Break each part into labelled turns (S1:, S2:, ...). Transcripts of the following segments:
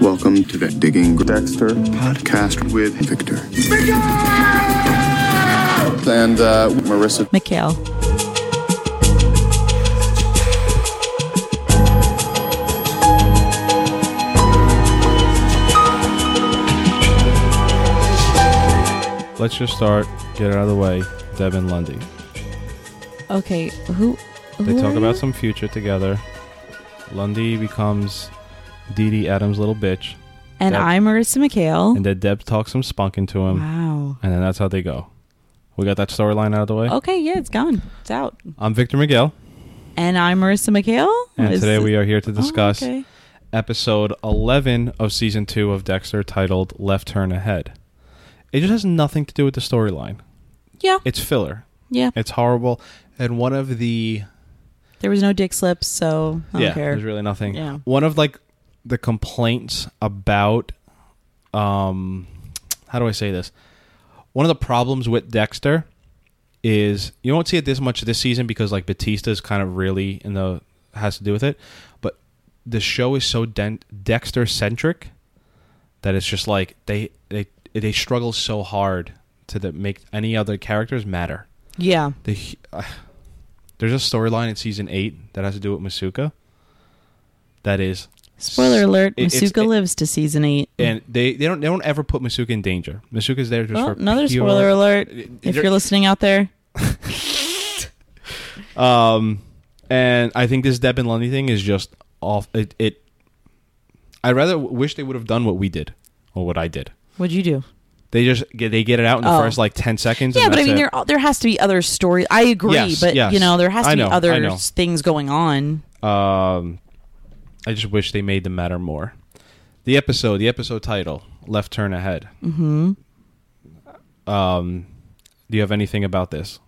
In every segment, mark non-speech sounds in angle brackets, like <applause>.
S1: listening to the Digging Dexter podcast with Victor. And uh, Marissa.
S2: Mikhail.
S3: Let's just start, get it out of the way. Deb and Lundy.
S2: Okay, who?
S3: They
S2: who
S3: talk
S2: are
S3: about
S2: you?
S3: some future together. Lundy becomes Dee Dee Adams' little bitch,
S2: And
S3: Deb.
S2: I'm Marissa Mikhail.
S3: and um, then Deb talks some spunk into him,
S2: Wow.
S3: and then that's how they go. We got that storyline out of the way.
S2: Okay, yeah, it's gone. It's out.
S3: I'm Victor Miguel,
S2: And I'm Marissa Mikhail.
S3: and
S2: Is-
S3: today we are here to
S2: Oh,
S3: discuss
S2: okay.
S3: episode 11 of season 2 of Dexter titled Left Turn Ahead. It just has nothing to do with the storyline.
S2: Yeah,
S3: It's filler.
S2: yeah.
S3: It's horrible. And one of the
S2: There was no dick slips, so I don't
S3: yeah,
S2: care.
S3: there's really nothing.
S2: Yeah.
S3: One of like the complaints about um how do I say this? One of the problems with Dexter is you don't see it this much this season because like Batista's kind of really in the has to do with it, but the show is so den- Dexter centric that it's just like they they they struggle so hard to the, make any other characters matter.
S2: yeah,
S3: The, hu- uh, there's a storyline in season eight that has to do with Masuka. That is,
S2: spoiler alert:
S3: It- it's-
S2: Masuka
S3: it-
S2: lives to season eight.
S3: and they, they don't they don't ever put Masuka in danger. Masuka's there just
S2: well,
S3: for
S2: another
S3: pure-
S2: spoiler alert:
S3: It-
S2: if
S3: there-
S2: you're listening out there,
S3: Um, and I think this Deb and Lundy thing is just off. It, it I rather w- wish they would have done what we did or what I did.
S2: what'd you do?
S3: They just get, they get it out in the
S2: Oh.
S3: first like ten seconds.
S2: Yeah,
S3: and
S2: but I
S3: that's
S2: mean,
S3: it.
S2: there there has to be other stories. I agree,
S3: Yes,
S2: but
S3: yes.
S2: you know, there has to
S3: I
S2: be
S3: know, I
S2: other
S3: know.
S2: s- things going on.
S3: Um, I just wish they made them matter more. The episode, the episode title, "Left Turn Ahead." Mm-hmm. Um, do you have anything about this?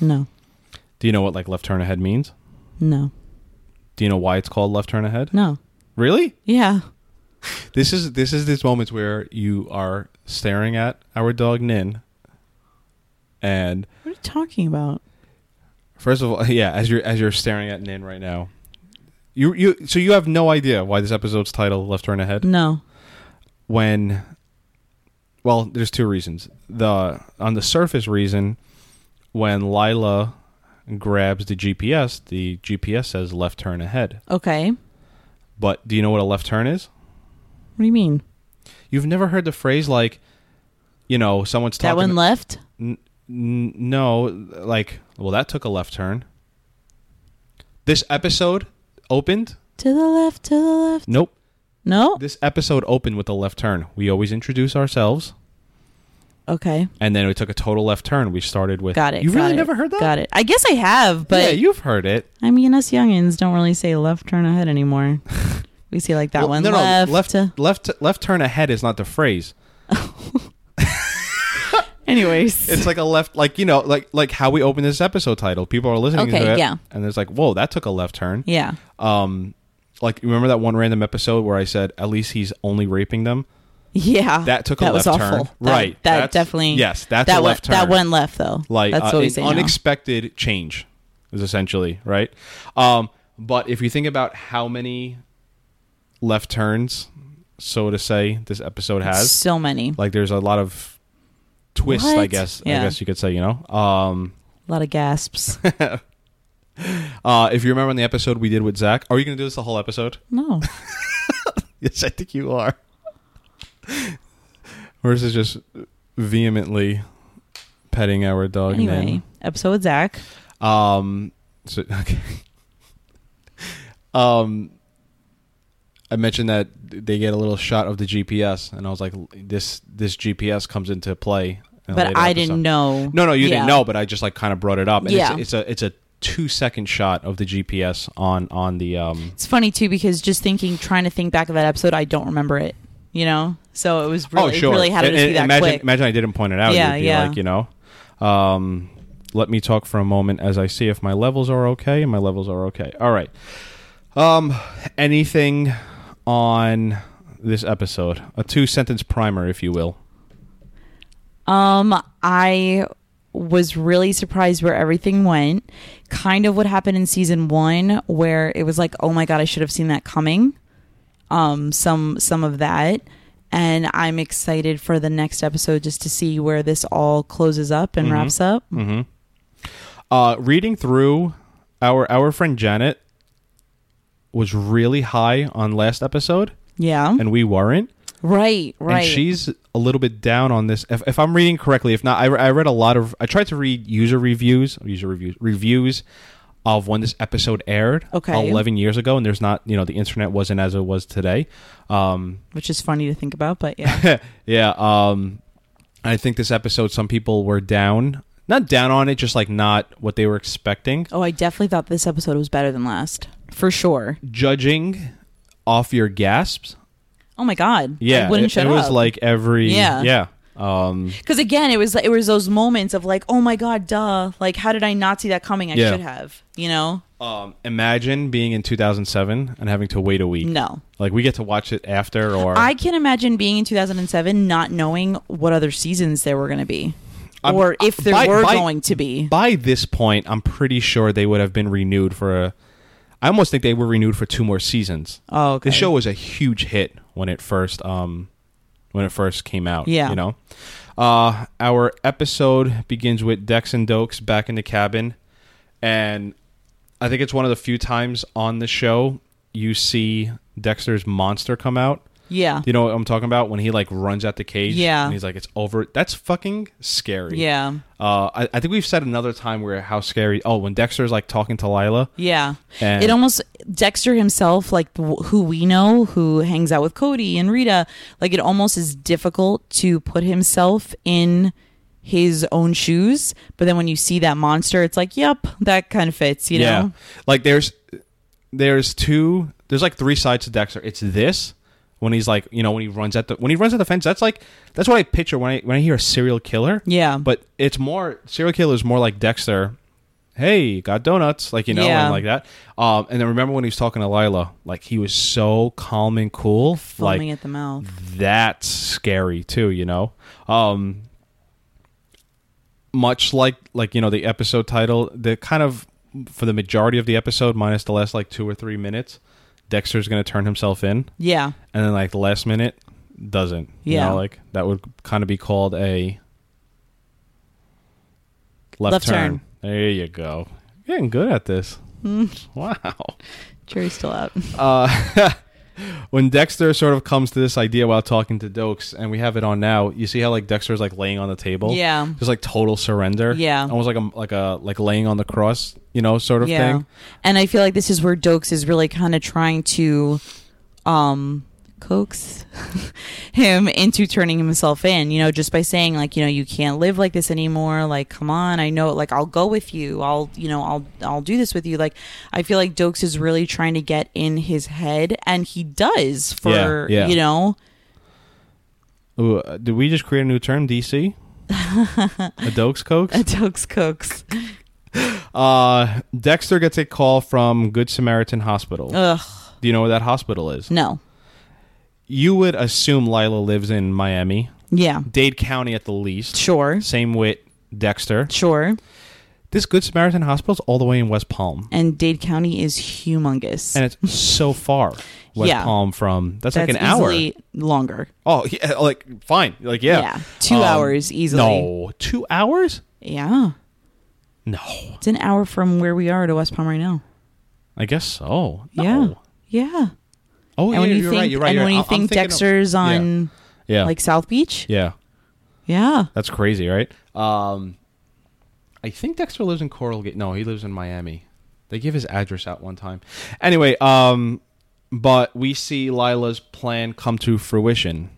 S2: No,
S3: Do you know what like left turn ahead means?
S2: no,
S3: Do you know why it's called left turn ahead?
S2: no.
S3: Really?
S2: Yeah,
S3: This is this is this moments where you are staring at our dog Nin, and
S2: what are you talking about?
S3: First of all, <laughs> yeah, as you're as you're staring at Nin right now, you you so you have no idea why this episode's title "Left Turn Ahead."
S2: No,
S3: When, well, there's two reasons. The on the surface reason, when Lila grabs the GPS, the GPS says "Left Turn Ahead."
S2: okay. What
S3: But do you know what a left turn is?
S2: do you mean?
S3: You've never heard the phrase like, you know, someone's talking.
S2: that one left?
S3: N- n- no, like, well, that took a left turn. This episode opened
S2: To the left, to the left.
S3: Nope.
S2: No?
S3: This episode opened with a left turn. We always introduce ourselves,
S2: Okay.
S3: and then we took a total left turn. We started with.
S2: Got it.
S3: You
S2: got
S3: really
S2: it,
S3: never heard that?
S2: Got it. I guess I have,
S3: yeah,
S2: but
S3: you've heard it.
S2: I mean, us youngins don't really say left turn ahead
S3: <laughs>
S2: anymore. we say like that
S3: Well,
S2: one
S3: no, no,
S2: left.
S3: left,
S2: to-
S3: left, left turn ahead is not the phrase.
S2: Anyways.
S3: It's like a left, like you know, like like how we open this episode title. People are listening
S2: Okay,
S3: to it,
S2: yeah.
S3: and it's like, whoa, that took a left turn.
S2: yeah.
S3: Um, like you remember that one random episode where I said, at least he's only raping them.
S2: Yeah.
S3: That took a
S2: was
S3: left
S2: awful.
S3: turn. Right.
S2: That, that
S3: That's-
S2: definitely.
S3: yes, that's
S2: that
S3: a left
S2: one,
S3: turn.
S2: That one left, though.
S3: like
S2: that's
S3: uh,
S2: what we
S3: an
S2: say. now.
S3: unexpected change is essentially right um but if you think about how many left turns so to say this episode has
S2: So many.
S3: like there's a lot of twists i
S2: What?
S3: guess i
S2: Yeah.
S3: guess you could say you know um
S2: a lot of
S3: <laughs>
S2: gasps.
S3: uh if you remember in the episode we did with zach are you gonna do this the whole episode
S2: no.
S3: <laughs> yes i think you <laughs> are versus just vehemently petting our dog
S2: Anyway,
S3: Nin.
S2: episode with Zach.
S3: Um. So <laughs> okay. um. I mentioned that they get a little shot of the GPS, and I was like, "This this GPS comes into play." in a
S2: But
S3: later
S2: I
S3: episode.
S2: didn't know.
S3: No, no, you
S2: Yeah.
S3: didn't know, but I just like kind of brought it up. And
S2: Yeah.
S3: it's, it's a it's a two second shot of the GPS on on the um.
S2: It's funny too because just thinking, trying to think back of that episode, I don't remember it. You know, so it was really,
S3: oh, sure.
S2: it really had to
S3: And-
S2: just
S3: and
S2: be that
S3: imagine
S2: quick.
S3: imagine I didn't point it out.
S2: Yeah,
S3: You'd be
S2: yeah.
S3: Like you know, um, let me talk for a moment as I see if my levels are okay. My levels are okay. All right. Um, anything on this episode? A two sentence primer, if you will.
S2: Um, I was really surprised where everything went. Kind of what happened in season one, where it was like, oh my god, I should have seen that coming. um, some some of that, and I'm excited for the next episode just to see where this all closes up
S3: Mm-hmm.
S2: and wraps up.
S3: Uh, reading through our our friend Janet was really high on last episode,
S2: Yeah,
S3: and we weren't.
S2: right, right.
S3: And she's a little bit down on this. If, if I'm reading correctly, if not, I, re- I read a lot of. I tried to read user reviews, user reviews, reviews of when this episode aired.
S2: Okay.
S3: 11 years ago, and there's not, you know, the internet wasn't as it was today. Um,
S2: which is funny to think about, but yeah.
S3: yeah. Um, I think this episode, some people were down, not down on it, just like not what they were expecting.
S2: Oh, I definitely thought this episode was better than last, for sure.
S3: Judging off your gasps.
S2: Oh my god,
S3: Yeah,
S2: I wouldn't
S3: it,
S2: shut
S3: it
S2: up.
S3: was like every
S2: Yeah.
S3: yeah. Um,
S2: because again, it was it was those moments of like, oh my god, duh, like how did I not see that coming? I
S3: Yeah.
S2: should have, you know?
S3: um, imagine being in 2007 and having to wait a week.
S2: No,
S3: Like we get to watch it after, or
S2: I can imagine being in 2007 not knowing what other seasons there were going to be,
S3: I'm-
S2: or if there
S3: by-
S2: were
S3: by-
S2: going to be.
S3: by this point, I'm pretty sure they would have been renewed for. A, I almost think they were renewed for two more seasons.
S2: Oh, okay.
S3: The show was a huge hit when it first um when it first came out.
S2: Yeah.
S3: You know? Uh our episode begins with Dex and Dokes back in the cabin. And I think it's one of the few times on the show you see Dexter's monster come out.
S2: yeah,
S3: You know what I'm talking about? When he like runs at the cage.
S2: Yeah.
S3: And he's like, it's over. That's fucking scary.
S2: yeah,
S3: Uh, I, I think we've said another time where how scary. Oh, when Dexter's like talking to Lila.
S2: yeah.
S3: And-
S2: it almost Dexter himself, like wh- who we know, who hangs out with Cody and Rita, like it almost is difficult to put himself in his own shoes. But then when you see that monster, it's like, yep, that kind of fits, you know?
S3: Like there's there's two there's like three sides to Dexter. It's this when he's like, you know, when he runs at the when he runs at the fence, that's like that's what I picture when I when I hear a serial killer.
S2: Yeah.
S3: But it's more serial killer is more like Dexter. Hey, got donuts, like you know,
S2: Yeah.
S3: and like that. Um, and then remember when he was talking to Lila, like he was so calm and cool,
S2: Foaming
S3: like
S2: at the mouth.
S3: that's scary too you know um much like like you know the episode title the kind of for the majority of the episode minus the last like two or three minutes dexter's gonna turn himself in
S2: Yeah.
S3: and then like the last minute doesn't you
S2: Yeah.
S3: know, like that would kind of be called a left,
S2: Left turn. Hmm.
S3: there you go getting good at this wow
S2: Cherry's still out.
S3: when Dexter sort of comes to this idea while talking to Dokes, and we have it on now, you see how like Dexter's like laying on the table,
S2: Yeah.
S3: just like total surrender,
S2: Yeah.
S3: almost like a like a like laying on the cross, you know, sort of thing.
S2: And I feel like this is where Dokes is really kind of trying to um coax <laughs> him into turning himself in, you know, just by saying like, you know, you can't live like this anymore, like come on, I know like I'll go with you. I'll, you know, I'll I'll do this with you. Like I feel like Dokes is really trying to get in his head and he does for,
S3: Yeah, yeah.
S2: you know, <laughs>
S3: Ooh, uh, did we just create a new
S2: <laughs>
S3: term, DC? a Dokes Cokes?
S2: Dokes cooks.
S3: Uh, Dexter gets a call from Good Samaritan Hospital.
S2: Ugh,
S3: Do you know where that hospital is?
S2: no.
S3: You would assume Lila lives in Miami,
S2: Yeah.
S3: Dade County at the least.
S2: Sure.
S3: Same with Dexter.
S2: Sure.
S3: This Good Samaritan Hospital's all the way in West Palm.
S2: And Dade County is humongous.
S3: and it's so far West
S2: Yeah.
S3: Palm from that's, like an hour.
S2: easily longer.
S3: Oh, yeah, like fine, like yeah, Um,
S2: Yeah, two hours easily.
S3: No, two hours?
S2: Yeah.
S3: No,
S2: It's an hour from where we are to West Palm right now.
S3: I guess so. No.
S2: Yeah. Yeah.
S3: Oh, yeah,
S2: and when you
S3: you're
S2: think,
S3: right. You're right.
S2: and
S3: you're
S2: when you
S3: right. I- I'm
S2: think
S3: thinking of-
S2: Dexter's
S3: yeah,
S2: on
S3: yeah,
S2: like South Beach,
S3: yeah,
S2: yeah.
S3: that's crazy, right? Um, I think Dexter lives in Coral Gate. No, he lives in Miami. They give his address out one time. Anyway, um, but we see Lila's plan come to fruition.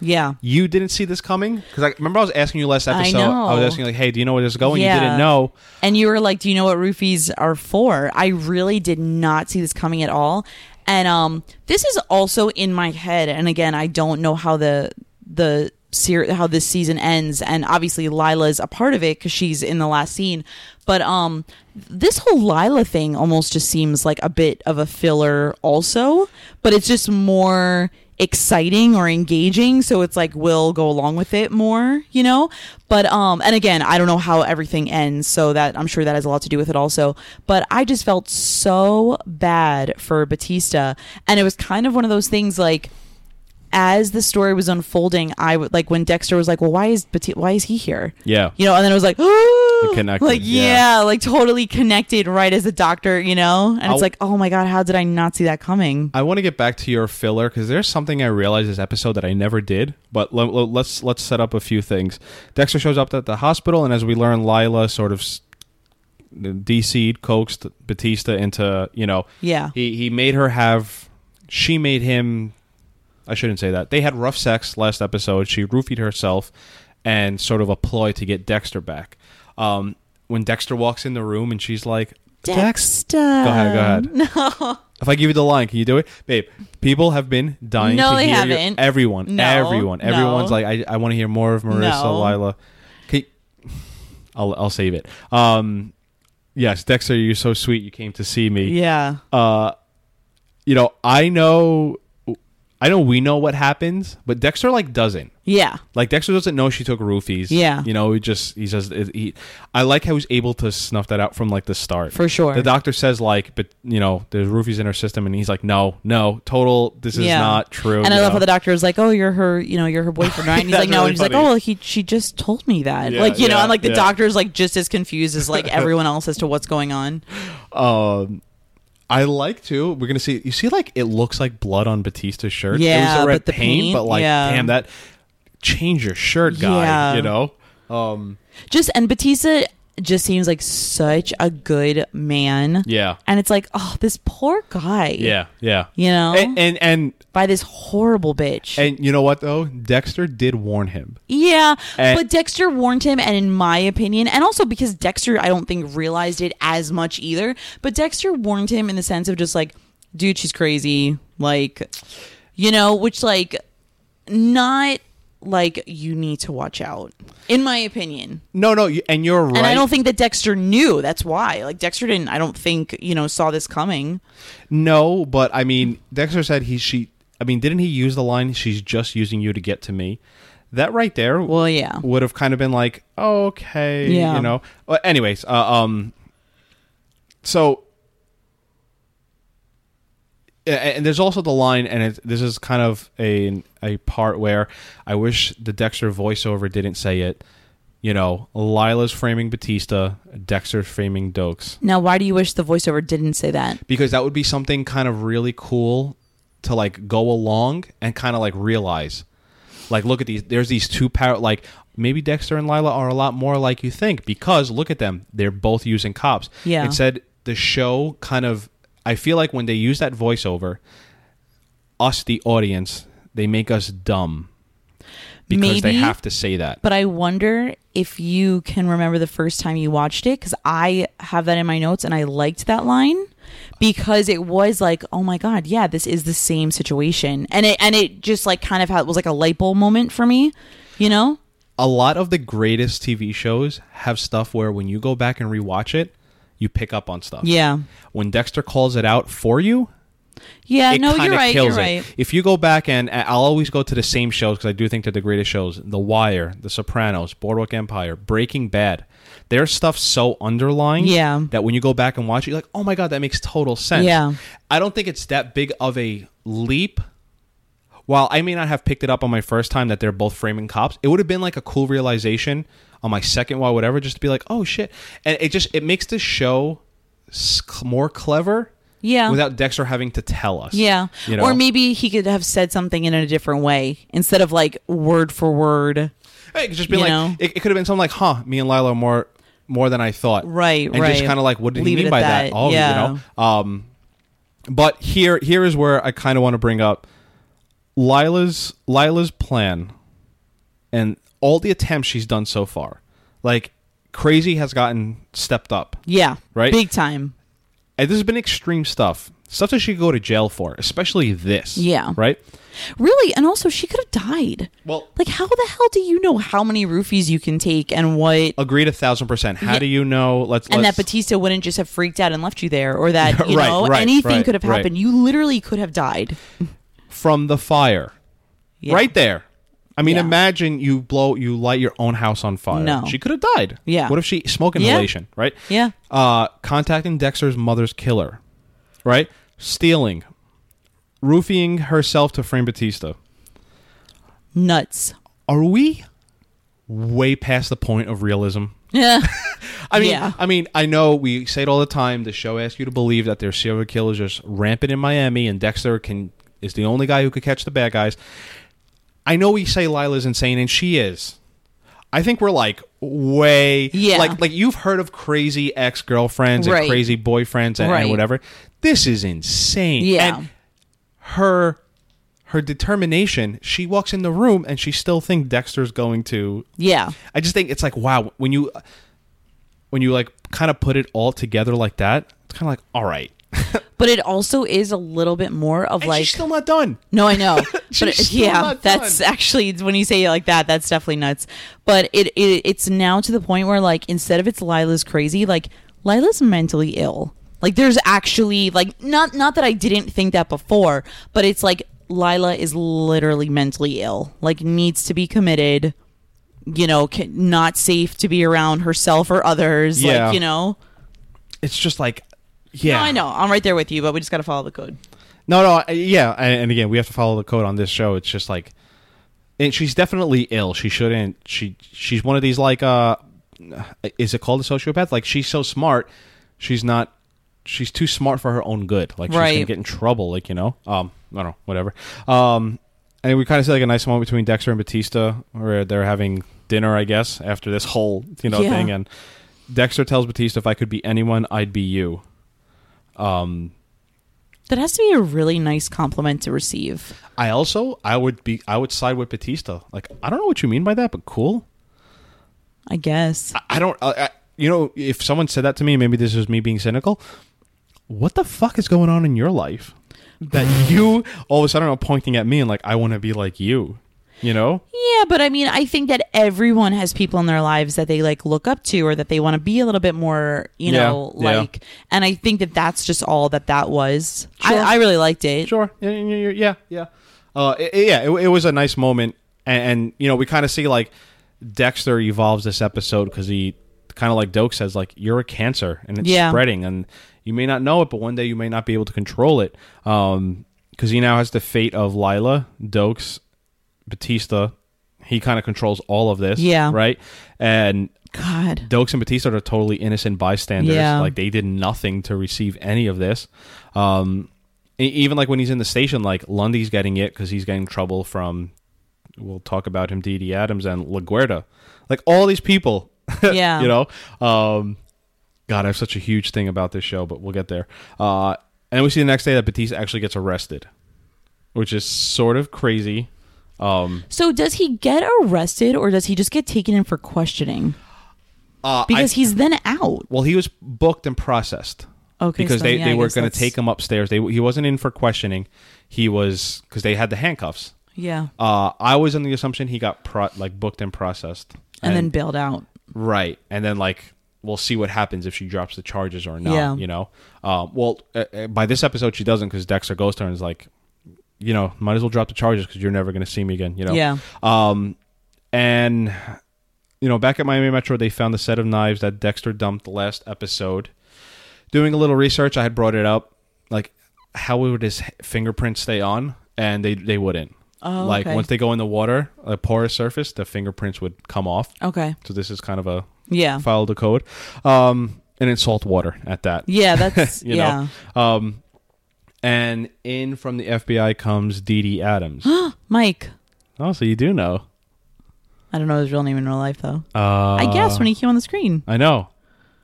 S2: yeah,
S3: you didn't see this coming because I remember I was asking you last
S2: I
S3: episode.
S2: know.
S3: was asking you, like, "Hey, do you know where this is going?"
S2: Yeah.
S3: You didn't know.
S2: And you were like, "Do you know what roofies are for?" I really did not see this coming at all. And um, this is also in my head. And again, I don't know how the the ser- how this season ends. And obviously, Lila's a part of it because she's in the last scene. But um, this whole Lila thing almost just seems like a bit of a filler, also. But it's just more exciting or engaging so it's like we'll go along with it more you know but um and again i don't know how everything ends so that i'm sure that has a lot to do with it also but i just felt so bad for batista and it was kind of one of those things like as the story was unfolding i would like when dexter was like well why is Bati- why is he here
S3: Yeah.
S2: you know and then it was like oh
S3: connected,
S2: like yeah.
S3: yeah.
S2: like totally connected right as a doctor you know and
S3: I'll-
S2: it's like oh my god how did i not see that coming
S3: I want to get back to your filler because there's something I realized this episode that I never did. But le- le- let's let's set up a few things. Dexter shows up at the hospital, and as we learn, Lila sort of s- DC'd, coaxed Batista into you know
S2: yeah
S3: he he made her have she made him. I shouldn't say that. They had rough sex last episode. She roofied herself, and sort of a ploy to get Dexter back. Um, when Dexter walks in the room, and she's like, "Dex,
S2: Dexter.
S3: Go ahead, go ahead.
S2: <laughs> No.
S3: If I give you the line, can you do it, babe? People have been dying.
S2: No,
S3: to
S2: they
S3: hear your-
S2: haven't.
S3: everyone,
S2: No,
S3: everyone,
S2: no.
S3: everyone's like, I, I want to hear more of Marissa,
S2: No.
S3: Lila. Can <sighs> you- I'll, I'll save it. Um, yes, Dexter, you're so sweet. You came to see me.
S2: Yeah.
S3: Uh, you know, I know, I know. We know what happens, but Dexter like doesn't.
S2: Yeah.
S3: Like Dexter doesn't know she took roofies.
S2: Yeah.
S3: you know, he just he says it- he. I like how he's able to snuff that out from like the start
S2: For sure.
S3: the doctor says like but you know there's roofies in her system and he's like no no total this is
S2: yeah.
S3: not true
S2: And I
S3: you
S2: love
S3: know?
S2: how the doctor was like, "Oh, you're her, you know, you're her boyfriend, right?" And he's
S3: <laughs> That's
S2: like, "No,"
S3: really
S2: and he's like,
S3: funny.
S2: "Oh, well, he she just told me that."
S3: Yeah,
S2: like, you know,
S3: yeah,
S2: and like the
S3: yeah.
S2: doctor's like just as confused as
S3: <laughs>
S2: like everyone else as to what's going on.
S3: um I like to. We're gonna see. You see, like it looks like blood on Batista's shirt. it
S2: Yeah,
S3: was a red
S2: but the
S3: paint,
S2: paint,
S3: but like,
S2: yeah.
S3: damn, that change your shirt, guy.
S2: Yeah.
S3: You know, um,
S2: Just and Batista just seems like such a good man.
S3: yeah,
S2: And it's like, "Oh, this poor guy."
S3: yeah, yeah.
S2: You know?
S3: and, and and
S2: by this horrible bitch.
S3: and you know what though? Dexter did warn him.
S2: Yeah,
S3: And-
S2: but Dexter warned him, and in my opinion, and also because Dexter, I don't think realized it as much either. But Dexter warned him in the sense of just like, dude, she's crazy, like, you know, which like, not like you need to watch out, in my opinion.
S3: No, no, you- and you're right.
S2: And I don't think that Dexter knew. That's why, like, Dexter didn't. I don't think you know saw this coming.
S3: No, but I mean, Dexter said he she. I mean, didn't he use the line? She's just using you to get to me. That right there.
S2: Well, yeah.
S3: Would have kind of been like, okay,
S2: Yeah.
S3: you know. Well, anyways, uh, um, so. a- And there's also the line, and it, this is kind of a a part where I wish the Dexter voiceover didn't say it. You know, Lila's framing Batista, Dexter's framing Dokes
S2: Now, why do you wish the voiceover didn't say that?
S3: because that would be something kind of really cool to like go along and kind of like realize like look at these there's these two power like maybe dexter and lila are a lot more like you think because look at them they're both using cops
S2: Yeah.
S3: instead the show kind of i feel like when they use that voiceover us the audience they make us dumb because they
S2: Maybe.
S3: have to say that
S2: but I wonder if you can remember the first time you watched it because I have that in my notes and I liked that line because it was like, oh my god, yeah, this is the same situation, and it and it just like kind of had, was like a light bulb moment for me, you know?
S3: a lot of the greatest tv shows have stuff where when you go back and rewatch it you pick up on stuff
S2: Yeah,
S3: when Dexter calls it out for you,
S2: yeah.
S3: it
S2: no,
S3: kind
S2: you're
S3: of
S2: right. You're
S3: kills it.
S2: right.
S3: If you go back and and I'll always go to the same shows because I do think they're the greatest shows: The Wire, The Sopranos, Boardwalk Empire, Breaking Bad. Their stuff's so underlying,
S2: Yeah.
S3: that when you go back and watch it, you're like, oh my god, that makes total sense.
S2: Yeah.
S3: I don't think it's that big of a leap. While I may not have picked it up on my first time that they're both framing cops, it would have been like a cool realization on my second while whatever, just to be like, oh shit, and it just it makes the show s- more clever
S2: Yeah.
S3: without Dexter having to tell us.
S2: Yeah.
S3: You know?
S2: Or maybe he could have said something in a different way instead of like word for word.
S3: It could just be
S2: you
S3: like
S2: know?
S3: it, it could have been something like, "Huh, me and Lila are more more than I thought."
S2: Right,
S3: And just
S2: right.
S3: kind of like, what did
S2: Leave
S3: he
S2: it
S3: mean
S2: at
S3: by that?
S2: that,
S3: Oh,
S2: yeah.
S3: you know. Um, but here here is where I kind of want to bring up Lila's Lila's plan and all the attempts she's done so far. Like crazy has gotten stepped up.
S2: Yeah.
S3: Right.
S2: Big time.
S3: And this has been extreme stuff. Stuff that she could go to jail for, especially this.
S2: Yeah.
S3: Right?
S2: Really, and also she could have died.
S3: Well-
S2: like how the hell do you know how many roofies you can take and what?
S3: Agreed a thousand percent. How
S2: Yeah.
S3: do you know? Let's
S2: and that
S3: let's,
S2: Batista wouldn't just have
S3: <laughs>
S2: freaked out and left you there, or that you
S3: Right,
S2: know
S3: right,
S2: anything
S3: right,
S2: could have
S3: right.
S2: happened. You literally could have died.
S3: from the fire.
S2: Yeah.
S3: Right there. I mean,
S2: Yeah.
S3: imagine you blow, you light your own house on fire.
S2: No.
S3: She could have died.
S2: Yeah.
S3: What if she smoke
S2: Yeah.
S3: inhalation? Right.
S2: Yeah.
S3: Uh, contacting Dexter's mother's killer. Right. Stealing, roofing herself to frame Batista. <laughs>
S2: Nuts.
S3: Are we way past the point of realism?
S2: Yeah.
S3: I mean,
S2: Yeah.
S3: I mean, I know we say it all the time. The show asks you to believe that there's serial killers just rampant in Miami, and Dexter can is the only guy who could catch the bad guys. I know we say Lila's insane, and she is. I think we're like way,
S2: Yeah.
S3: Like, like you've heard of crazy ex girlfriends
S2: Right.
S3: and crazy boyfriends and, and
S2: Right.
S3: whatever. This is insane.
S2: Yeah.
S3: And her her determination. She walks in the room, and she still think Dexter's going to
S2: yeah.
S3: I just think it's like wow when you when you like kind of put it all together like that. It's kind of like all right,
S2: But it also is a little bit more of
S3: and
S2: like
S3: she's still not done.
S2: No, I
S3: <laughs>
S2: know.
S3: She's
S2: but it-
S3: still
S2: yeah,
S3: not
S2: that's
S3: done.
S2: actually when you say it like that, that's definitely nuts. But it, it it's now to the point where like instead of it's Lila's crazy, like Lila's mentally ill. Like there's actually like not not that I didn't think that before, but it's like Lila is literally mentally ill. Like needs to be committed. You know, ca- not safe to be around herself or others.
S3: Yeah.
S2: Like you know.
S3: It's just like yeah,
S2: No, I know. I'm right there with you, but we just got to follow the code.
S3: No, no, I- yeah, and and again, we have to follow the code on this show. It's just like, and she's definitely ill. She shouldn't. She she's one of these like uh, is it called a sociopath? Like she's so smart, she's not. She's too smart for her own good. Like she's gonna
S2: Right.
S3: get in trouble. Like you know, um, I don't know, whatever. Um, and we kind of see like a nice moment between Dexter and Batista where they're having dinner, I guess, after this whole you know
S2: Yeah.
S3: thing. And Dexter tells Batista, "If I could be anyone, I'd be you." Um,
S2: That has to be a really nice compliment to receive.
S3: I also I would be I would side with Batista. Like I don't know what you mean by that, but cool.
S2: I guess.
S3: I, I don't. I, I, you know, if someone said that to me, maybe this is me being cynical. What the fuck is going on in your life that you all of a sudden are pointing at me and like I want to be like you? You know?
S2: Yeah, but I mean, I think that everyone has people in their lives that they like look up to or that they want to be a little bit more, you
S3: Yeah,
S2: know,
S3: yeah.
S2: like. And I think that that's just all that that was.
S3: Sure.
S2: I, I really liked it.
S3: Sure. Yeah, yeah, yeah, yeah. yeah. Uh, it, it- yeah, it, it was a nice moment, and, and you know, we kind of see like Dexter evolves this episode because he kind of like Doak says, like you're a cancer and it's
S2: Yeah.
S3: spreading, and you may not know it, but one day you may not be able to control it, because he now has the fate of Lila, Doak's, Batista. He kind of controls all of this,
S2: Yeah.
S3: right? And
S2: God.
S3: Dokes and Batista are totally innocent bystanders.
S2: Yeah.
S3: Like they did nothing to receive any of this. Um, e- even like when he's in the station, like Lundy's getting it because he's getting trouble from. We'll talk about him, Dee Dee Adams and LaGuardia. Like all these people. <laughs>
S2: Yeah.
S3: you know. Um, God, I have such a huge thing about this show, but we'll get there. Uh, and we see the next day that Batista actually gets arrested, which is sort of crazy. Um,
S2: So does he get arrested or does he just get taken in for questioning?
S3: uh, I-
S2: Because he's then out.
S3: Well, he was booked and processed.
S2: Okay,
S3: Because
S2: so
S3: they,
S2: yeah,
S3: they
S2: I
S3: were
S2: guess
S3: going to
S2: that's-
S3: take him upstairs. They, he wasn't in for questioning. He was because they had the handcuffs.
S2: Yeah.
S3: Uh, I was under the assumption he got pro- like booked and processed,
S2: And, then bailed out.
S3: right, and then like we'll see what happens if she drops the charges or not.
S2: Yeah.
S3: You know, um, well, uh, uh, by this episode she doesn't because Dexter goes to her and is like, you know, might as well drop the charges because you're never going to see me again. You know,
S2: Yeah.
S3: um, and you know, back at Miami Metro, they found the set of knives that Dexter dumped last episode. Doing a little research, I had brought it up, like how would his h- fingerprints stay on, and they they wouldn't.
S2: Oh,
S3: like
S2: okay.
S3: once they go in the water, a porous surface, the fingerprints would come off.
S2: Okay.
S3: So this is kind of a
S2: Yeah.
S3: follow the code, um, and in salt water at that.
S2: Yeah, that's.
S3: <laughs> You
S2: yeah.
S3: know, um, and in from the FBI comes Dee
S2: <gasps>
S3: Dee Adams.
S2: Mike.
S3: oh, so you do know.
S2: I don't know his real name in real life, though.
S3: Uh,
S2: I guess when he came on the screen.
S3: I know.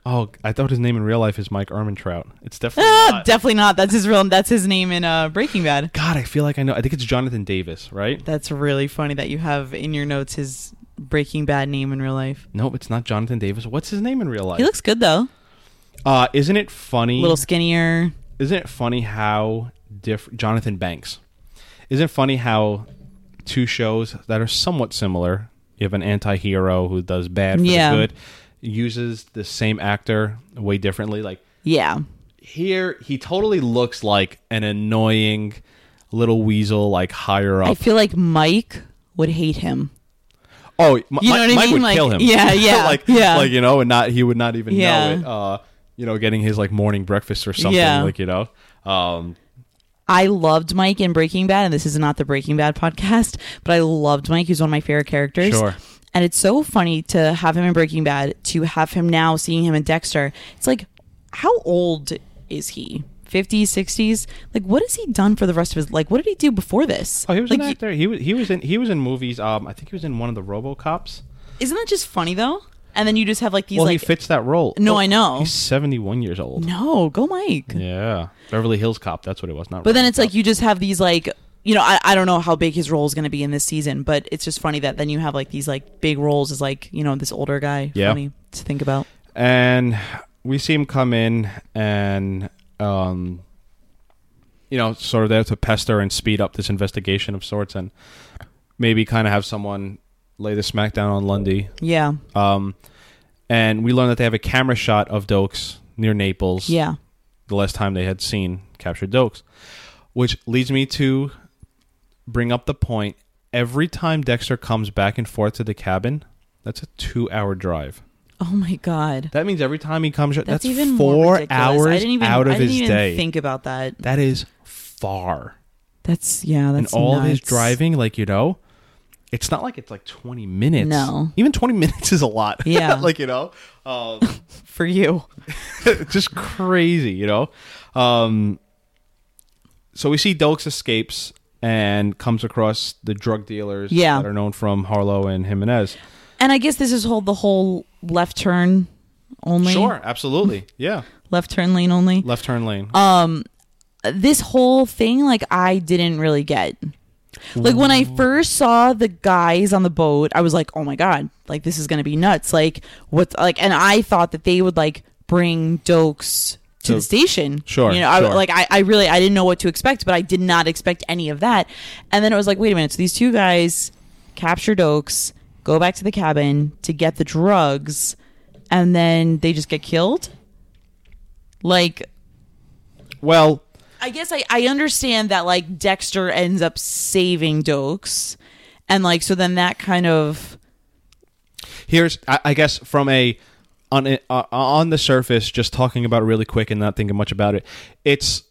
S3: Oh, I thought his name in real life is Mike Ermintrout.
S2: <laughs>
S3: It's definitely
S2: Ah,
S3: not.
S2: definitely not. That's his real. That's his name in uh, Breaking Bad.
S3: God, I feel like I know. I think it's Jonathan Davis, right?
S2: That's really funny that you have in your notes his Breaking Bad name in real life.
S3: Nope, it's not Jonathan Davis. What's his name in real life?
S2: He looks good though.
S3: uh, isn't it
S2: A
S3: funny?
S2: little skinnier.
S3: isn't it funny how diff- Jonathan Banks? Isn't it funny how two shows that are somewhat similar, you have an anti-hero who does bad for
S2: Yeah.
S3: the good, uses the same actor way differently. Like
S2: Yeah.
S3: here, he totally looks like an annoying Little Weasel like higher
S2: I
S3: up.
S2: feel like Mike would hate him.
S3: oh, M- Mi-
S2: know what I
S3: Mike
S2: mean?
S3: would
S2: Like-
S3: kill him. <laughs>
S2: yeah, yeah,
S3: like
S2: yeah.
S3: like you know, and not he would not even
S2: Yeah.
S3: know it. Uh, you know, getting his like morning breakfast or something
S2: Yeah.
S3: like you know. Um,
S2: I loved Mike in Breaking Bad, and this is not the Breaking Bad podcast, but I loved Mike. He's one of my favorite characters.
S3: Sure.
S2: And it's so funny to have him in Breaking Bad, to have him now seeing him in Dexter. It's like, how old is he? 50s, 60s? Like, what has he done for the rest of his Like, what did he do before this?
S3: oh, he was
S2: like,
S3: an actor. He was he was in he was in movies. Um, I think he was in one of the RoboCops.
S2: Isn't that just funny, though? And then you just have, like, these,
S3: well,
S2: like,
S3: he fits that role.
S2: No,
S3: Oh,
S2: I know.
S3: He's seventy one years old.
S2: no, go Mike.
S3: Yeah, Beverly Hills Cop. That's what it was. Not.
S2: But then
S3: RoboCop.
S2: it's like you just have these like you know I, I don't know how big his role is going to be in this season, but it's just funny that then you have like these like big roles as like you know this older guy.
S3: Yeah.
S2: Funny to think about.
S3: and we see him come in and um you know sort of there to pester and speed up this investigation of sorts and maybe kind of have someone lay the smack down on lundy
S2: Yeah.
S3: um and we learn that they have a camera shot of dokes near naples
S2: Yeah.
S3: the last time they had seen captured dokes which leads me to bring up the point every time dexter comes back and forth to the cabin that's a two hour drive
S2: Oh my god.
S3: that means every time he comes, that's,
S2: That's, even more
S3: four
S2: ridiculous.
S3: hours
S2: I didn't even,
S3: out of
S2: I didn't
S3: his
S2: even
S3: day.
S2: Think about that.
S3: that is far.
S2: That's yeah.
S3: And
S2: That's
S3: all of his
S2: nuts.
S3: driving, like you know, it's not like it's like twenty minutes.
S2: No.
S3: even twenty <laughs> minutes is a lot.
S2: Yeah.
S3: like you know, um, <laughs>
S2: for you.
S3: just crazy. You know, um, so we see Dokes escapes and comes across the drug dealers
S2: Yeah.
S3: that are known from Harlow and Jimenez.
S2: And I guess this is whole the whole left turn only.
S3: Sure, absolutely, yeah.
S2: Left turn lane only.
S3: Left turn lane.
S2: Uh, this whole thing like I didn't really get. Like when I first saw the guys on the boat, I was like, "Oh my god, like this is going to be nuts." Like what's like and I thought that they would like bring Dokes to
S3: So-
S2: the station.
S3: Sure,
S2: You know, I,
S3: sure.
S2: like I, I really I didn't know what to expect, but I did not expect any of that. And then it was like, "Wait a minute, so these two guys capture Dokes, go back to the cabin to get the drugs, and then they just get killed?" Like
S3: well,
S2: I guess I, I understand that like Dexter ends up saving Dokes, and like so then that kind of
S3: here's I, I guess from a on a, uh, on the surface just talking about it really quick and not thinking much about it it's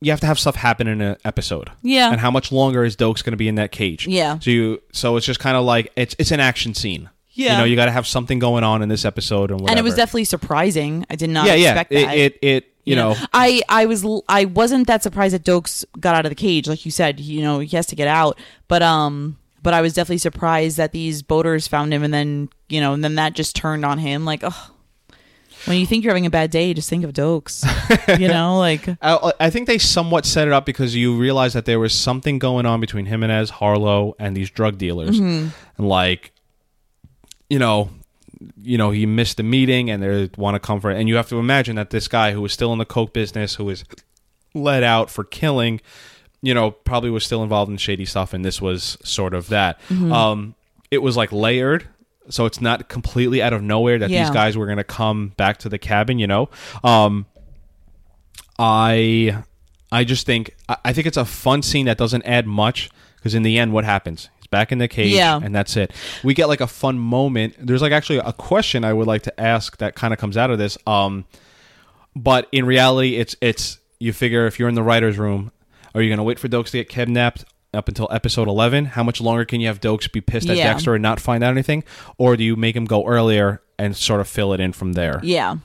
S3: you have to have stuff happen in an episode
S2: Yeah.
S3: and how much longer is Doak's going to be in that cage
S2: Yeah.
S3: so you so it's just kind of like it's it's an action scene
S2: Yeah.
S3: you know you got to have something going on in this episode and whatever
S2: and it was definitely surprising. I did not
S3: yeah yeah
S2: expect
S3: it,
S2: that.
S3: it it you know
S2: I I was l- I wasn't that surprised that Dokes got out of the cage, like you said. You know, he has to get out, but um, but I was definitely surprised that these boaters found him, and then you know, and then that just turned on him. Like, oh, when you think you're having a bad day, just think of Dokes.
S3: <laughs>
S2: you know, like
S3: I, I think they somewhat set it up because you realize that there was something going on between Jimenez, Harlow, and these drug dealers, and like, you know, you know, he missed the meeting, and they want to come for it. And you have to imagine that this guy who was still in the coke business, who was let out for killing, you know, probably was still involved in shady stuff, and this was sort of that. Um, it was like layered. So it's not completely out of nowhere that
S2: Yeah.
S3: these guys were going to come back to the cabin, you know. Um, I I just think I- I think it's a fun scene that doesn't add much because in the end, what happens? He's back in the cage,
S2: Yeah.
S3: and that's it. We get like a fun moment. There's like actually a question I would like to ask that kind of comes out of this. Um, but in reality, it's it's you figure if you're in the writers' room, are you going to wait for Dokes to get kidnapped? Up until episode 11, how much longer can you have Dokes be pissed at
S2: Yeah.
S3: Dexter and not find out anything? Or do you make him go earlier and sort of fill it in from there?
S2: yeah,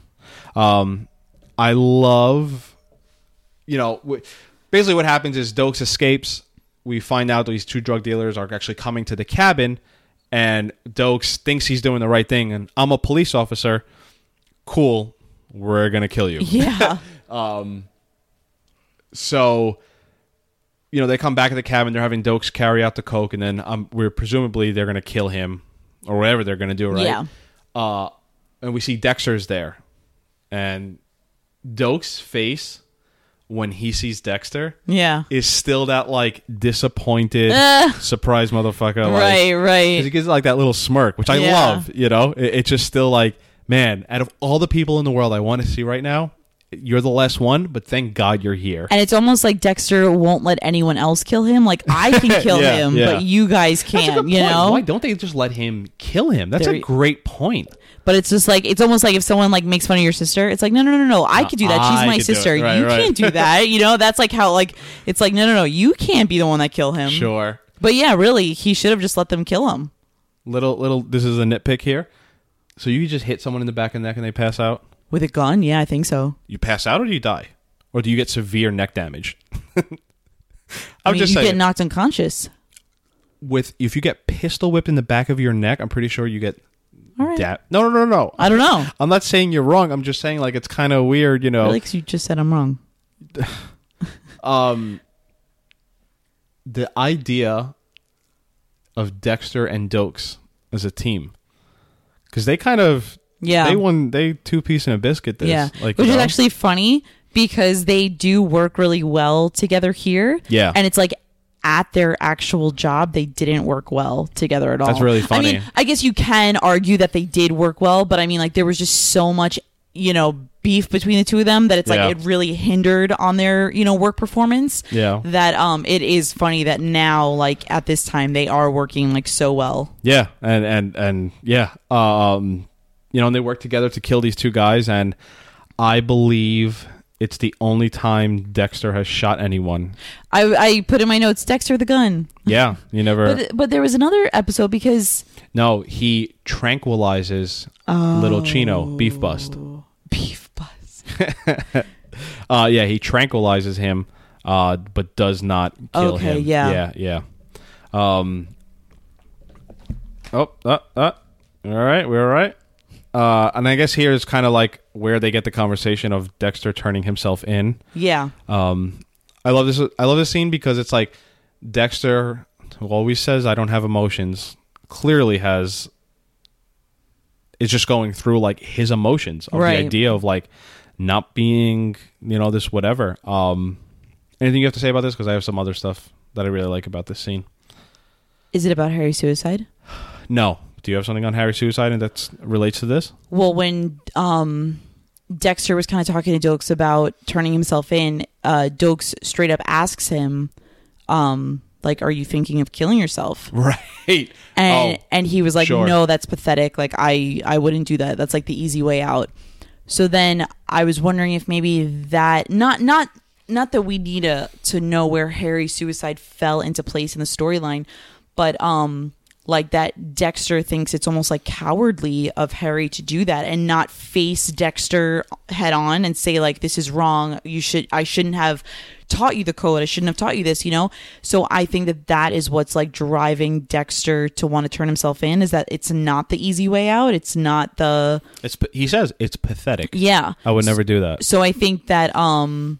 S3: Um, I love, you know, w- basically what happens is Dokes escapes. We find out these two drug dealers are actually coming to the cabin, and Dokes thinks he's doing the right thing. And I'm a police officer. Cool, we're gonna kill
S2: <laughs>
S3: you.
S2: yeah.
S3: So, you know, they come back at the cabin. They're having Dokes carry out the coke, and then um, we're presumably they're gonna kill him or whatever they're gonna do, right?
S2: Yeah.
S3: Uh, and we see Dexter's there, and Doke's face when he sees Dexter
S2: Yeah.
S3: is still that like
S2: <laughs>
S3: disappointed surprise motherfucker, like,
S2: right,
S3: 'cause he
S2: right.
S3: gives like that little smirk, which I
S2: Yeah.
S3: love. You know, It- it's just still like, man, out of all the people in the world I want to see right now, you're the last one, but thank God you're here.
S2: And it's almost like Dexter won't let anyone else kill him. Like I
S3: <laughs>
S2: can kill
S3: Yeah,
S2: him,
S3: yeah.
S2: but you guys
S3: That's a
S2: can't.
S3: good
S2: You
S3: point.
S2: know.
S3: why don't they just let him kill him? That's
S2: There- Mm-hmm.
S3: a great point.
S2: But it's just like it's almost like if someone like makes fun of your sister, it's like no, no, no, no, I could do that.
S3: I
S2: She's my
S3: could do it.
S2: sister.
S3: Right,
S2: you
S3: right.
S2: can't
S3: <laughs>
S2: do that. You know, that's like how like it's like no, no, no, you can't be the one that kill him.
S3: Sure.
S2: But yeah, really, he should have just let them kill him.
S3: Little little. This is a nitpick here. So you just hit someone in the back of the neck and they pass out.
S2: With a gun? Yeah, I think so.
S3: You pass out or do you die, or do you get severe neck damage? <laughs>
S2: I
S3: I'm
S2: mean,
S3: just
S2: you
S3: saying.
S2: get knocked unconscious.
S3: with if you get pistol whipped in the back of your neck, I'm pretty sure you get.
S2: All right.
S3: Da- no, no, no, no.
S2: I don't know.
S3: I'm not saying you're wrong. I'm just saying like it's kind of weird, you know.
S2: Really, 'cause you just said I'm wrong.
S3: um the idea of Dexter and Dokes as a team because they kind of
S2: Yeah.
S3: they won they two piece and a biscuit this
S2: yeah.
S3: like
S2: Which
S3: you
S2: is
S3: know?
S2: actually funny because they do work really well together here.
S3: Yeah.
S2: And it's like at their actual job, they didn't work well together at all.
S3: That's really
S2: I
S3: funny.
S2: mean, I guess you can argue that they did work well, but I mean, like, there was just so much, you know, beef between the two of them that it's
S3: Yeah.
S2: like it really hindered on their, you know, work performance.
S3: Yeah.
S2: That um, it is funny that now, like, at this time, they are working, like, so well.
S3: yeah and and and yeah um you know and they work together to kill these two guys and I believe it's the only time Dexter has shot anyone
S2: I, I put in my notes Dexter the gun.
S3: yeah you never
S2: But, but there was another episode because
S3: no he tranquilizes little Chino beef bust
S2: beef buzz.
S3: Uh, yeah, he tranquilizes him, uh, but does not kill
S2: Okay,
S3: him.
S2: yeah.
S3: yeah, yeah. Um. Oh, uh, uh, all right, we're all right. Uh, and I guess here is kind of like where they get the conversation of Dexter turning himself in.
S2: Yeah.
S3: Um, I love this. I love this scene because it's like Dexter, who always says I don't have emotions, clearly has. Is just going through like his emotions of
S2: Right.
S3: the idea of like not being you know this whatever. Um, anything you have to say about this? Because I have some other stuff that I really like about this scene.
S2: Is it about Harry's suicide?
S3: No, do you have something on Harry's suicide and that relates to this?
S2: Well, when um, Dexter was kind of talking to Dokes about turning himself in, uh, Dokes straight up asks him, um, like, are you thinking of killing yourself?
S3: <laughs> Right.
S2: And and he was like,
S3: oh, sure.
S2: no, that's pathetic. Like, I, I wouldn't do that. That's like the easy way out. So then I was wondering if maybe that not not not that we need a, to know where Harry's suicide fell into place in the storyline, but um like that Dexter thinks it's almost like cowardly of Harry to do that and not face Dexter head on and say like this is wrong you should I shouldn't have taught you the code I shouldn't have taught you this you know so I think that that is what's like driving Dexter to want to turn himself in is that it's not the easy way out it's not the
S3: it's pa- he says it's pathetic.
S2: yeah
S3: I would never do that.
S2: so I think that um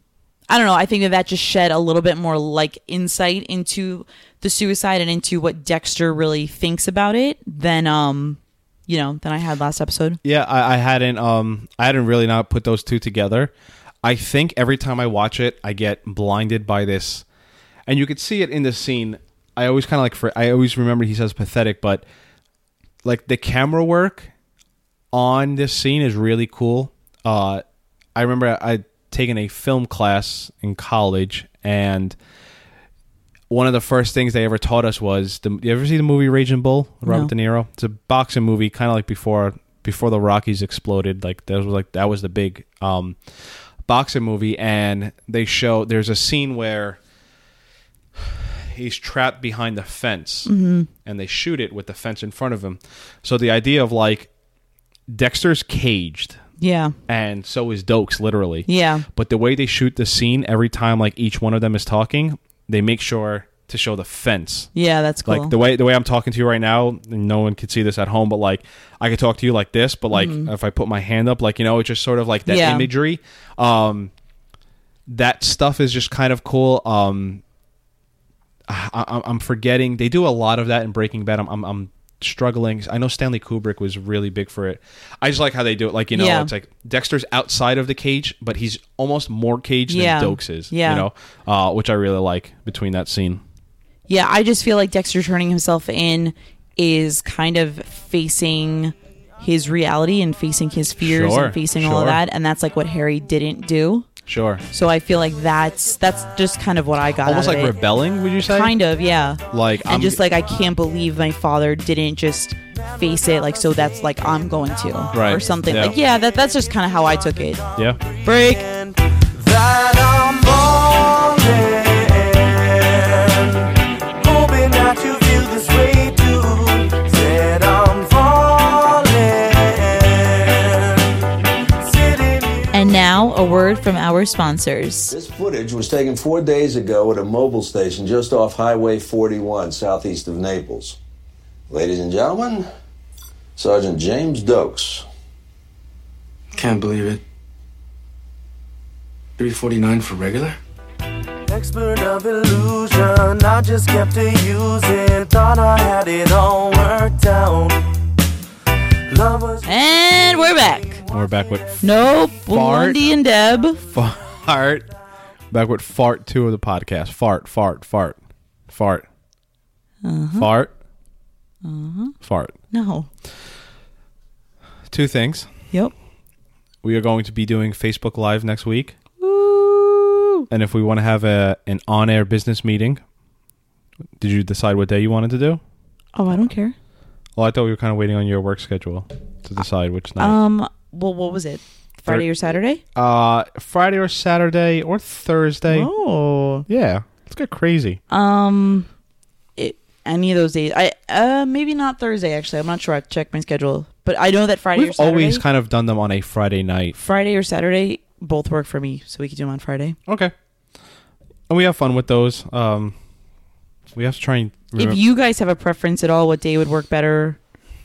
S2: I don't know, I think that that just shed a little bit more like insight into the suicide and into what Dexter really thinks about it than um you know, than I had last episode.
S3: Yeah, I, I hadn't um I hadn't really not put those two together. I think every time I watch it, I get blinded by this, and you could see it in this scene. I always kind of like for I always remember he says pathetic, but like the camera work on this scene is really cool. Uh, I remember I I'd taken a film class in college, and one of the first things they ever taught us was the, you ever see the movie Raging Bull with Robert
S2: No.
S3: De Niro? It's a boxing movie, kind of like before before the Rockies exploded. Like that was like that was the big um, boxing movie, and they show there's a scene where he's trapped behind the fence, and they shoot it with the fence in front of him. So the idea of like Dexter's caged,
S2: Yeah.
S3: and so is Dokes, literally.
S2: Yeah.
S3: But the way they shoot the scene every time, like each one of them is talking, they make sure to show the fence.
S2: Yeah, that's cool.
S3: Like the way the way I'm talking to you right now, and no one could see this at home, but like I could talk to you like this, but like if I put my hand up, like you know, it's just sort of like that
S2: Mm-hmm. Yeah.
S3: imagery. Um, that stuff is just kind of cool. Um, I, I, I'm forgetting they do a lot of that in Breaking Bad. I'm, I'm I'm struggling. I know Stanley Kubrick was really big for it. I just like how they do it. Like you know,
S2: Yeah.
S3: it's like Dexter's outside of the cage, but he's almost more cage
S2: Yeah.
S3: than Dokes is.
S2: Yeah.
S3: You know, uh, which I really like between that scene.
S2: yeah, I just feel like Dexter turning himself in is kind of facing his reality and facing his fears
S3: Sure,
S2: and facing all
S3: sure.
S2: of that, and that's like what Harry didn't do.
S3: Sure.
S2: So I feel like that's that's just kind of what I got.
S3: Almost
S2: out
S3: like
S2: of it.
S3: rebelling, would you say?
S2: kind of, yeah.
S3: Like
S2: and
S3: I'm
S2: just like I can't believe my father didn't just face it. Like so that's like I'm going to
S3: Right,
S2: or something.
S3: yeah.
S2: Like yeah, that that's just kind of how I took it.
S3: yeah.
S2: Break.
S4: that I'm falling. Hoping that you feel this way too. Said I'm falling. Sitting here.
S2: And now a word from our sponsors.
S5: This footage was taken four days ago at a mobile station just off Highway 41, southeast of Naples. Ladies and gentlemen, Sergeant James Doakes.
S6: Can't believe it. 349 for regular?
S4: Expert of illusion, I just kept to using. Thought I had it all worked out. Love was
S2: And we're back.
S3: We're back with
S2: Nope. Blondie and Deb.
S3: fart. Back with fart two of the podcast. Fart, fart, fart, fart,
S2: Uh-huh.
S3: fart, fart.
S2: No.
S3: Two things.
S2: Yep.
S3: We are going to be doing Facebook Live next week,
S2: Woo.
S3: and if we want to have a an on air business meeting, did you decide what day you wanted to do?
S2: Oh, I don't care.
S3: Well, I thought we were kind of waiting on your work schedule to decide which night.
S2: Um. Well, what was it? Friday or Saturday?
S3: uh, Friday or Saturday or Thursday.
S2: Oh.
S3: Yeah, let's get crazy.
S2: Um. It, any of those days? I uh maybe not Thursday. Actually, I'm not sure. I checked my schedule, but I know that Friday or
S3: We've
S2: Saturday.
S3: always kind of done them on a Friday night.
S2: Friday or Saturday both work for me, so we could do them on Friday.
S3: Okay. And we have fun with those. Um, we have to try and remem-
S2: If you guys have a preference at all, what day would work better,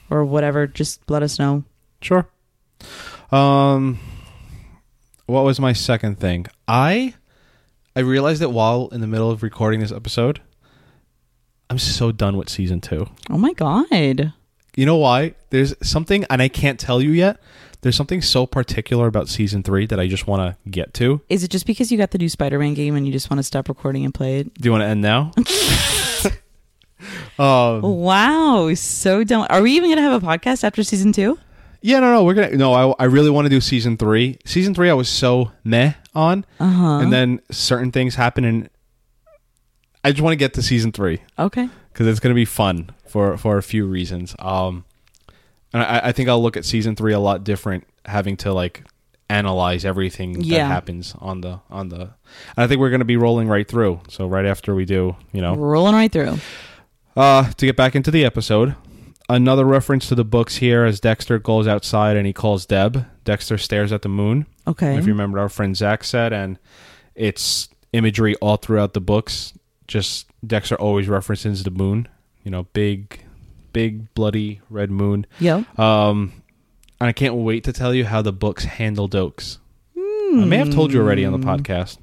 S2: or whatever, just let us know.
S3: sure. Um, what was my second thing? I I realized that while in the middle of recording this episode, I'm so done with season two.
S2: Oh my god.
S3: You know why? There's something, and I can't tell you yet. There's something so particular about season three that I just want to get to.
S2: Is it just because you got the new Spider-Man game and you just want to stop recording and play it?
S3: Do you want to end now? um,
S2: Mm. Wow, so dumb. Are we even gonna have a podcast after season two?
S3: Yeah, no, no, we're gonna no. I, I really want to do season three. Season three, I was so meh on, uh-huh. and then certain things happen, and I just want to get to season three
S2: Okay.
S3: because it's gonna be fun for for a few reasons. Um, and I, I think I'll look at season three a lot different, having to like analyze everything
S2: Yeah.
S3: that happens on the on the. And I think we're gonna be rolling right through. So right after we do, you know,
S2: Oh. Rolling right through.
S3: uh, to get back into the episode, another reference to the books here as Dexter goes outside and he calls Deb. Dexter stares at the moon.
S2: Okay.
S3: If you remember, our friend Zach said, and it's imagery all throughout the books. Just Dexter always references the moon. You know, big, big bloody red moon.
S2: Yep.
S3: Um, and I can't wait to tell you how the books handled Oaks. I may have told you already on the podcast.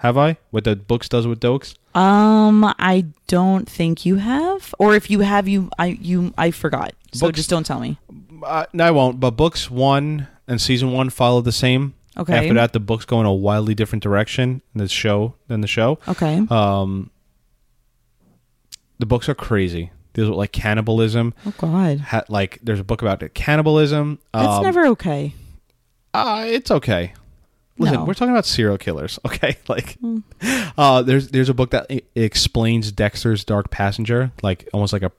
S3: Have I? What the books does with Dokes?
S2: Um, I don't think you have, or if you have, you I you I forgot. So
S3: Books-
S2: just don't tell me.
S3: Uh, no, I won't. But books one and season one follow the same.
S2: Okay.
S3: After that, the books go in a wildly different direction. in The show than the show.
S2: Okay.
S3: Um, the books are crazy. There's like cannibalism.
S2: oh God,
S3: Ha- like there's a book about cannibalism.
S2: that's
S3: Um,
S2: never okay.
S3: uh, it's okay. Listen,
S2: No. Hmm.
S3: we're talking about serial killers, <laughs> okay? Like, uh, there's there's a book that i- explains Dexter's Dark Passenger, like almost like a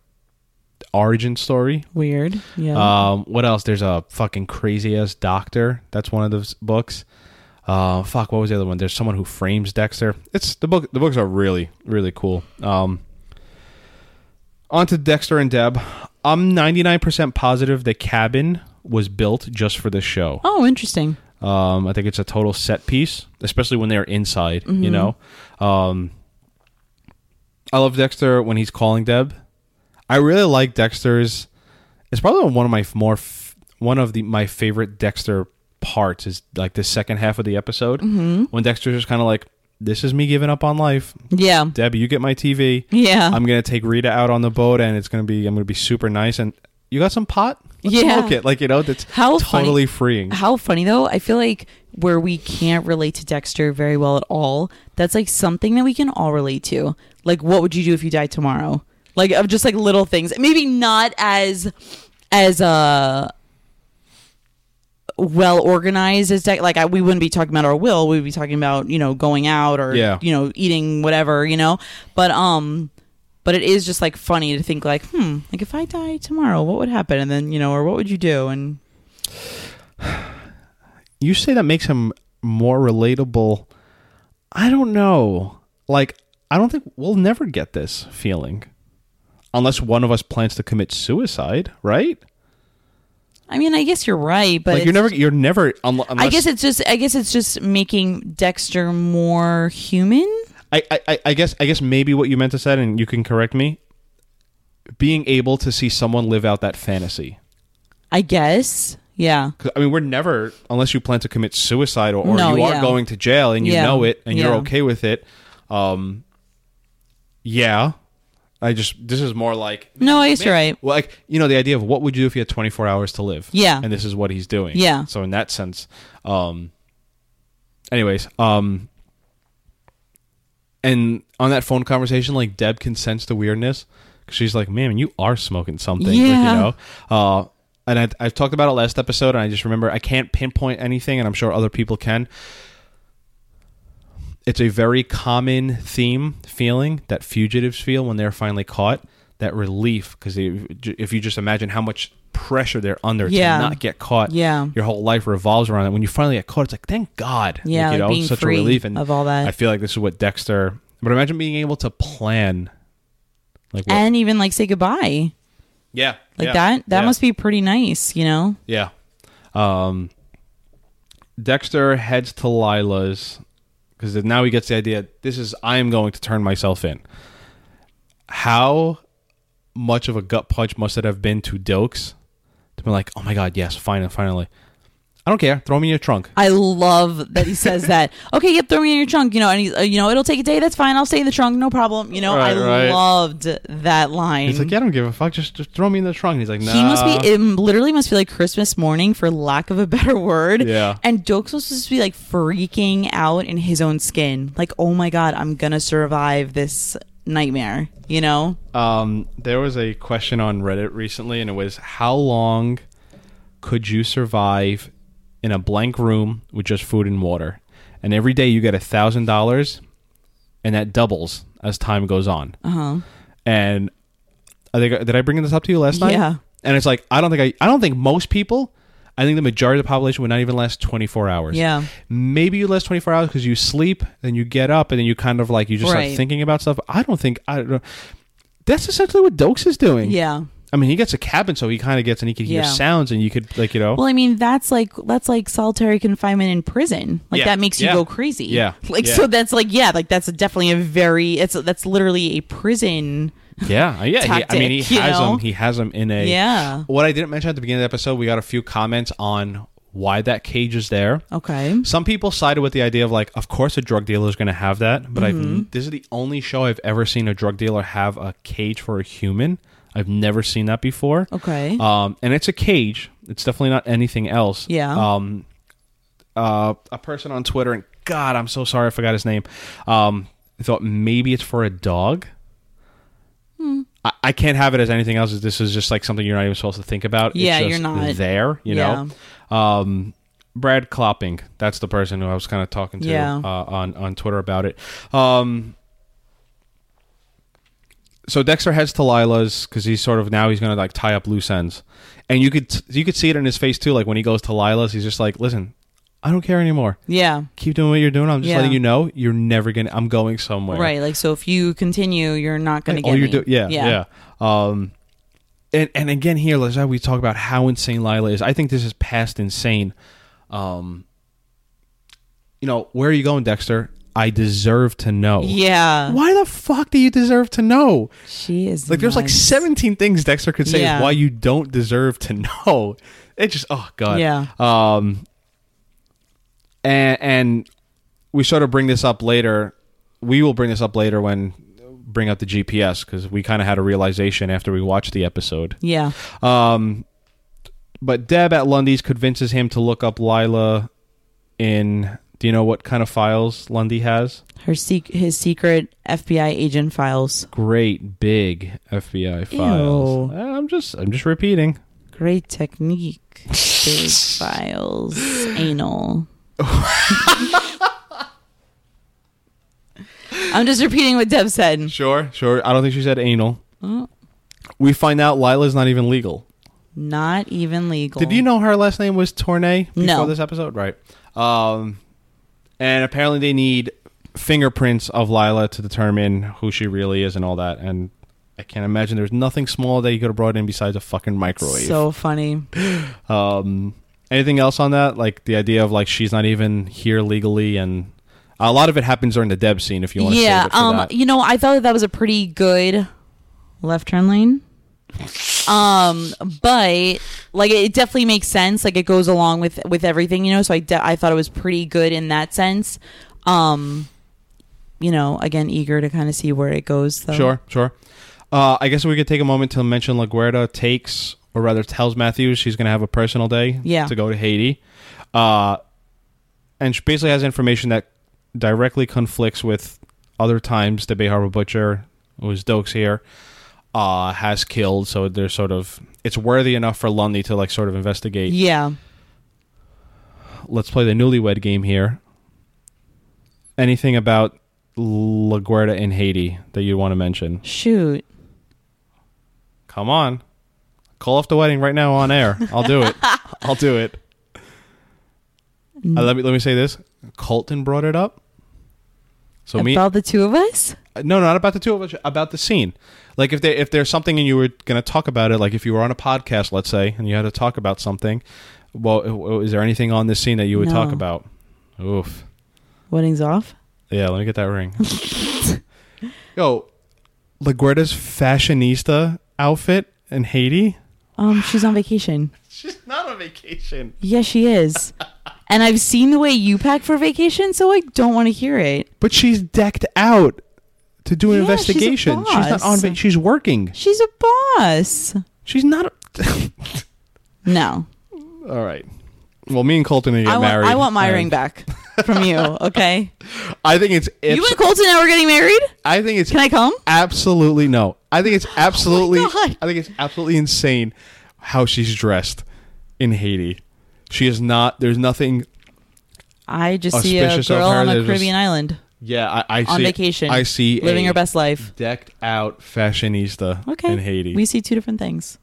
S3: origin story
S2: Weird. Yeah.
S3: Um, what else? There's a fucking crazy ass doctor. That's one of those books. Uh, fuck, what was the other one? There's someone who frames Dexter. It's the book. The books are really, really cool. Um, on to Dexter and Deb. I'm 99% positive the cabin was built just for the show.
S2: oh, interesting.
S3: Um, I think it's a total set piece, especially when they're inside.
S2: Mm-hmm.
S3: You know, um, I love Dexter when he's calling Deb. I really like Dexter's. It's probably one of my f- more f- one of the my favorite Dexter parts is like the second half of the episode
S2: Mm-hmm.
S3: when Dexter's just kind of like, "This is me giving up on life,
S2: Yeah.
S3: Deb. You get my TV.
S2: Yeah.
S3: I'm gonna take Rita out on the boat, and it's gonna be I'm gonna be super nice. And you got some pot? Let's
S2: Yeah.
S3: smoke it. Like you know, that's
S2: How funny-
S3: totally freeing.
S2: How funny though. I feel like where we can't relate to Dexter very well at all, that's like something that we can all relate to. Like, what would you do if you died tomorrow? Like, of just like little things. Maybe not as as uh well organized as Dex. Like I, we wouldn't be talking about our will. We'd be talking about you know going out or
S3: Yeah.
S2: you know eating whatever you know. But um, but it is just like funny to think like hmm, like if I die tomorrow, what would happen? And then you know, or what would you do? And
S3: You say that makes him more relatable. I don't know. Like, I don't think we'll never get this feeling unless one of us plans to commit suicide, right?
S2: I mean, I guess you're right, but
S3: like, you're
S2: it's-
S3: never, you're never, unle- unless,
S2: I guess it's just. I guess it's just making Dexter more human.
S3: I, I- I, I guess I guess maybe what you meant to say, and you can correct me, being able to see someone live out that fantasy.
S2: I guess. Yeah.
S3: 'Cause, I mean, we're never unless you plan to commit suicide or, or
S2: No,
S3: you
S2: yeah.
S3: are going to jail and you
S2: Yeah,
S3: know it and you're
S2: yeah.
S3: okay with it. Um, yeah, I just this is more like
S2: No, I guess you're right.
S3: well, like you know the idea of what would you do if you had 24 hours to live?
S2: Yeah.
S3: and this is what he's doing.
S2: Yeah.
S3: So in that sense, um, anyways, um, and on that phone conversation, like Deb can sense the weirdness because she's like, "Man, you are smoking something." like,
S2: Yeah.
S3: you know. Uh, and I, I talked about it last episode, and I just remember I can't pinpoint anything, and I'm sure other people can. It's a very common theme feeling that fugitives feel when they're finally caught. That relief, because if you just imagine how much pressure they're under
S2: Yeah.
S3: to not get caught,
S2: Yeah.
S3: your whole life revolves around it. When you finally get caught, it's like, thank God,
S2: Yeah,
S3: Like,
S2: like
S3: you know,
S2: being
S3: such
S2: free
S3: a relief. And
S2: of all that.
S3: I feel like this is what Dexter. But imagine being able to plan, like what,
S2: And even like say goodbye.
S3: yeah,
S2: Like
S3: yeah,
S2: that that
S3: yeah,
S2: must be pretty nice, you know?
S3: yeah. Um, Dexter heads to Lila's because now he gets the idea. This is I am going to turn myself in. How much of a gut punch must it have been to Dokes to be like, oh my God, yes, finally, finally. I don't care. Throw me in your trunk.
S2: I love that he says
S3: <laughs>
S2: that. Okay, yep, throw me in your trunk, you know, and he's uh, you know, it'll take a day, that's fine, I'll stay in the trunk, no problem. You know,
S3: Right,
S2: I
S3: right.
S2: loved that line.
S3: He's like, yeah, I don't give a fuck. Just, just throw me in the trunk. And he's like, no.
S2: Mm-hmm. He must be it literally must be like Christmas morning for lack of a better word.
S3: Yeah.
S2: And Dokes must just be like freaking out in his own skin. Like, oh my god, I'm gonna survive this nightmare, you know?
S3: Um, there was a question on Reddit recently, and it was how long could you survive in a blank room with just food and water? And every day you get a thousand dollars, and that doubles as time goes on. Uh-huh. And I think did I bring this up to you last night?
S2: Yeah.
S3: And it's like I don't think I I don't think most people. I think the majority of the population would not even last 24 hours.
S2: Yeah.
S3: Maybe you last 24 hours because you sleep, then you get up, and then you kind of like, you just
S2: Right.
S3: start thinking about stuff. I don't think, I don't know. That's essentially what Dokes is doing.
S2: Yeah.
S3: I mean, he gets a cabin, so he kind of gets, and he can hear
S2: Yeah.
S3: sounds, and you could, like, you know.
S2: Well, I mean, that's like that's like solitary confinement in prison. Like
S3: Yeah.
S2: that makes you
S3: Yeah.
S2: go crazy.
S3: Yeah.
S2: <laughs> Like
S3: Yeah.
S2: so that's like yeah, like that's definitely a very it's that's literally a prison.
S3: yeah. uh, Yeah. he- I mean, he
S2: tactic, you
S3: has
S2: know?
S3: him. He has him in a.
S2: Yeah.
S3: What I didn't mention at the beginning of the episode, we got a few comments on why that cage is there.
S2: Oh. Okay.
S3: Some people sided with the idea of like, of course, a drug dealer is going to have that, but
S2: Mm-hmm.
S3: I've this is the only show I've ever seen a drug dealer have a cage for a human. I've never seen that before.
S2: Okay.
S3: Um, and it's a cage. It's definitely not anything else.
S2: Yeah.
S3: Um, uh, a person on Twitter, and God, I'm so sorry, I forgot his name. Um, thought maybe it's for a dog.
S2: Hmm.
S3: I, I can't have it as anything else. This is just like something you're not even supposed to think about. It's
S2: Yeah,
S3: just
S2: you're not.
S3: there. You know. Um, Brad Klopping, that's the person who I was kind of talking to
S2: Yeah.
S3: uh, on on Twitter about it. Um, so Dexter heads to Lila's because he's sort of now he's gonna like tie up loose ends, and you could you could see it in his face too. Like when he goes to Lila's, he's just like, "Listen, I don't care anymore.
S2: yeah.
S3: Keep doing what you're doing. I'm just
S2: Yeah.
S3: letting you know you're never gonna. I'm going somewhere.
S2: Right. Like so, if you continue, you're not going to get
S3: All Oh, you're
S2: me.
S3: doing, yeah, yeah, Um, and and again here, let's we talk about how insane Lila is. I think this is past insane. Um, you know, where are you going, Dexter? I deserve to know.
S2: Yeah.
S3: Why the fuck do you deserve to know?
S2: She is
S3: Like, there's like
S2: nuts.
S3: 17 things Dexter could say
S2: Yeah.
S3: is why you don't deserve to know. <laughs> It just, oh god.
S2: Yeah.
S3: Um. And and we sort of bring this up later. We will bring this up later when bring up the GPS because we kind of had a realization after we watched the episode.
S2: Yeah.
S3: Um. But Deb at Lundy's convinces him to look up Lila in. Do you know what kind of files Lundy has?
S2: Her sec- his secret FBI agent files.
S3: great big FBI files. Uh,
S2: Ew.
S3: I'm just I'm just repeating.
S2: Great technique.
S3: <laughs>
S2: Big files. Anal. I'm just repeating what Deb said.
S3: Sure, sure. I don't think she said anal.
S2: Oh,
S3: We find out Lila's not even legal.
S2: not even legal.
S3: Did you know her last name was Tournay before
S2: Oh. No.
S3: this episode? Right. Um, and apparently they need fingerprints of Lila to determine who she really is and all that. And I can't imagine there's nothing small that you could have brought in besides a fucking microwave.
S2: So funny.
S3: um, anything else on that? Like the idea of like she's not even here legally, and a lot of it happens during the Deb scene. If you want to,
S2: yeah
S3: save it for
S2: um
S3: that.
S2: you know i thought that, that was a pretty good left turn lane um but like it definitely makes sense like it goes along with with everything you know so i de- i thought it was pretty good in that sense um you know again eager to kind of see where it goes though
S3: Sure, sure. Uh, I guess we could take a moment to mention LaGuardia takes, or rather tells Matthews she's going to have a personal day
S2: Yeah.
S3: to go to Haiti. Uh, and she basically has information that directly conflicts with other times the Bay Harbor Butcher, who is Dokes here, uh, has killed. So they're sort of, it's worthy enough for Lundy to like sort of investigate.
S2: yeah
S3: Let's play the newlywed game here. Anything about LaGuardia in Haiti that you want to mention?
S2: shoot
S3: Come on. Call off the wedding right now on air. I'll do it. <laughs> I'll do it. Uh, let me let me say this. Colton brought it up. So me
S2: about the two of us
S3: no, not about the two of us, about the scene. Like if there if there's something and you were going to talk about it, like if you were on a podcast, let's say, and you had to talk about something, well, i- is there anything on this scene that you would talk
S2: No.
S3: about? Oof.
S2: wedding's off
S3: Yeah, let me get that ring. <laughs> Yo, LaGuardia's fashionista outfit in Haiti.
S2: um she's on vacation
S3: She's not on vacation.
S2: yeah she is and i've seen the way you pack for vacation so i don't want to hear it
S3: But she's decked out to do an
S2: Yeah, she's a
S3: investigation. She's, not on
S2: boss.
S3: vacation. She's working.
S2: she's a boss
S3: She's not.
S2: no
S3: <laughs> All right. Well, me and Colton are gonna get
S2: I want,
S3: married.
S2: I want my
S3: and
S2: ring back from
S3: <laughs>
S2: you, okay?
S3: I think it's.
S2: you
S3: abs-
S2: and Colton now are getting married?
S3: I think it's.
S2: Can I come?
S3: Absolutely no.
S2: <gasps>
S3: I think it's absolutely.
S2: God.
S3: I think it's absolutely insane how she's dressed in Haiti. She is not. There's nothing.
S2: I just see a
S3: Auspicious of
S2: girl
S3: her,
S2: on a
S3: there's
S2: Caribbean
S3: just-
S2: island
S3: Yeah, I, I
S2: on
S3: see.
S2: vacation.
S3: I see.
S2: living
S3: a
S2: her best life.
S3: Decked out fashionista
S2: Okay.
S3: in Haiti.
S2: We see two different things.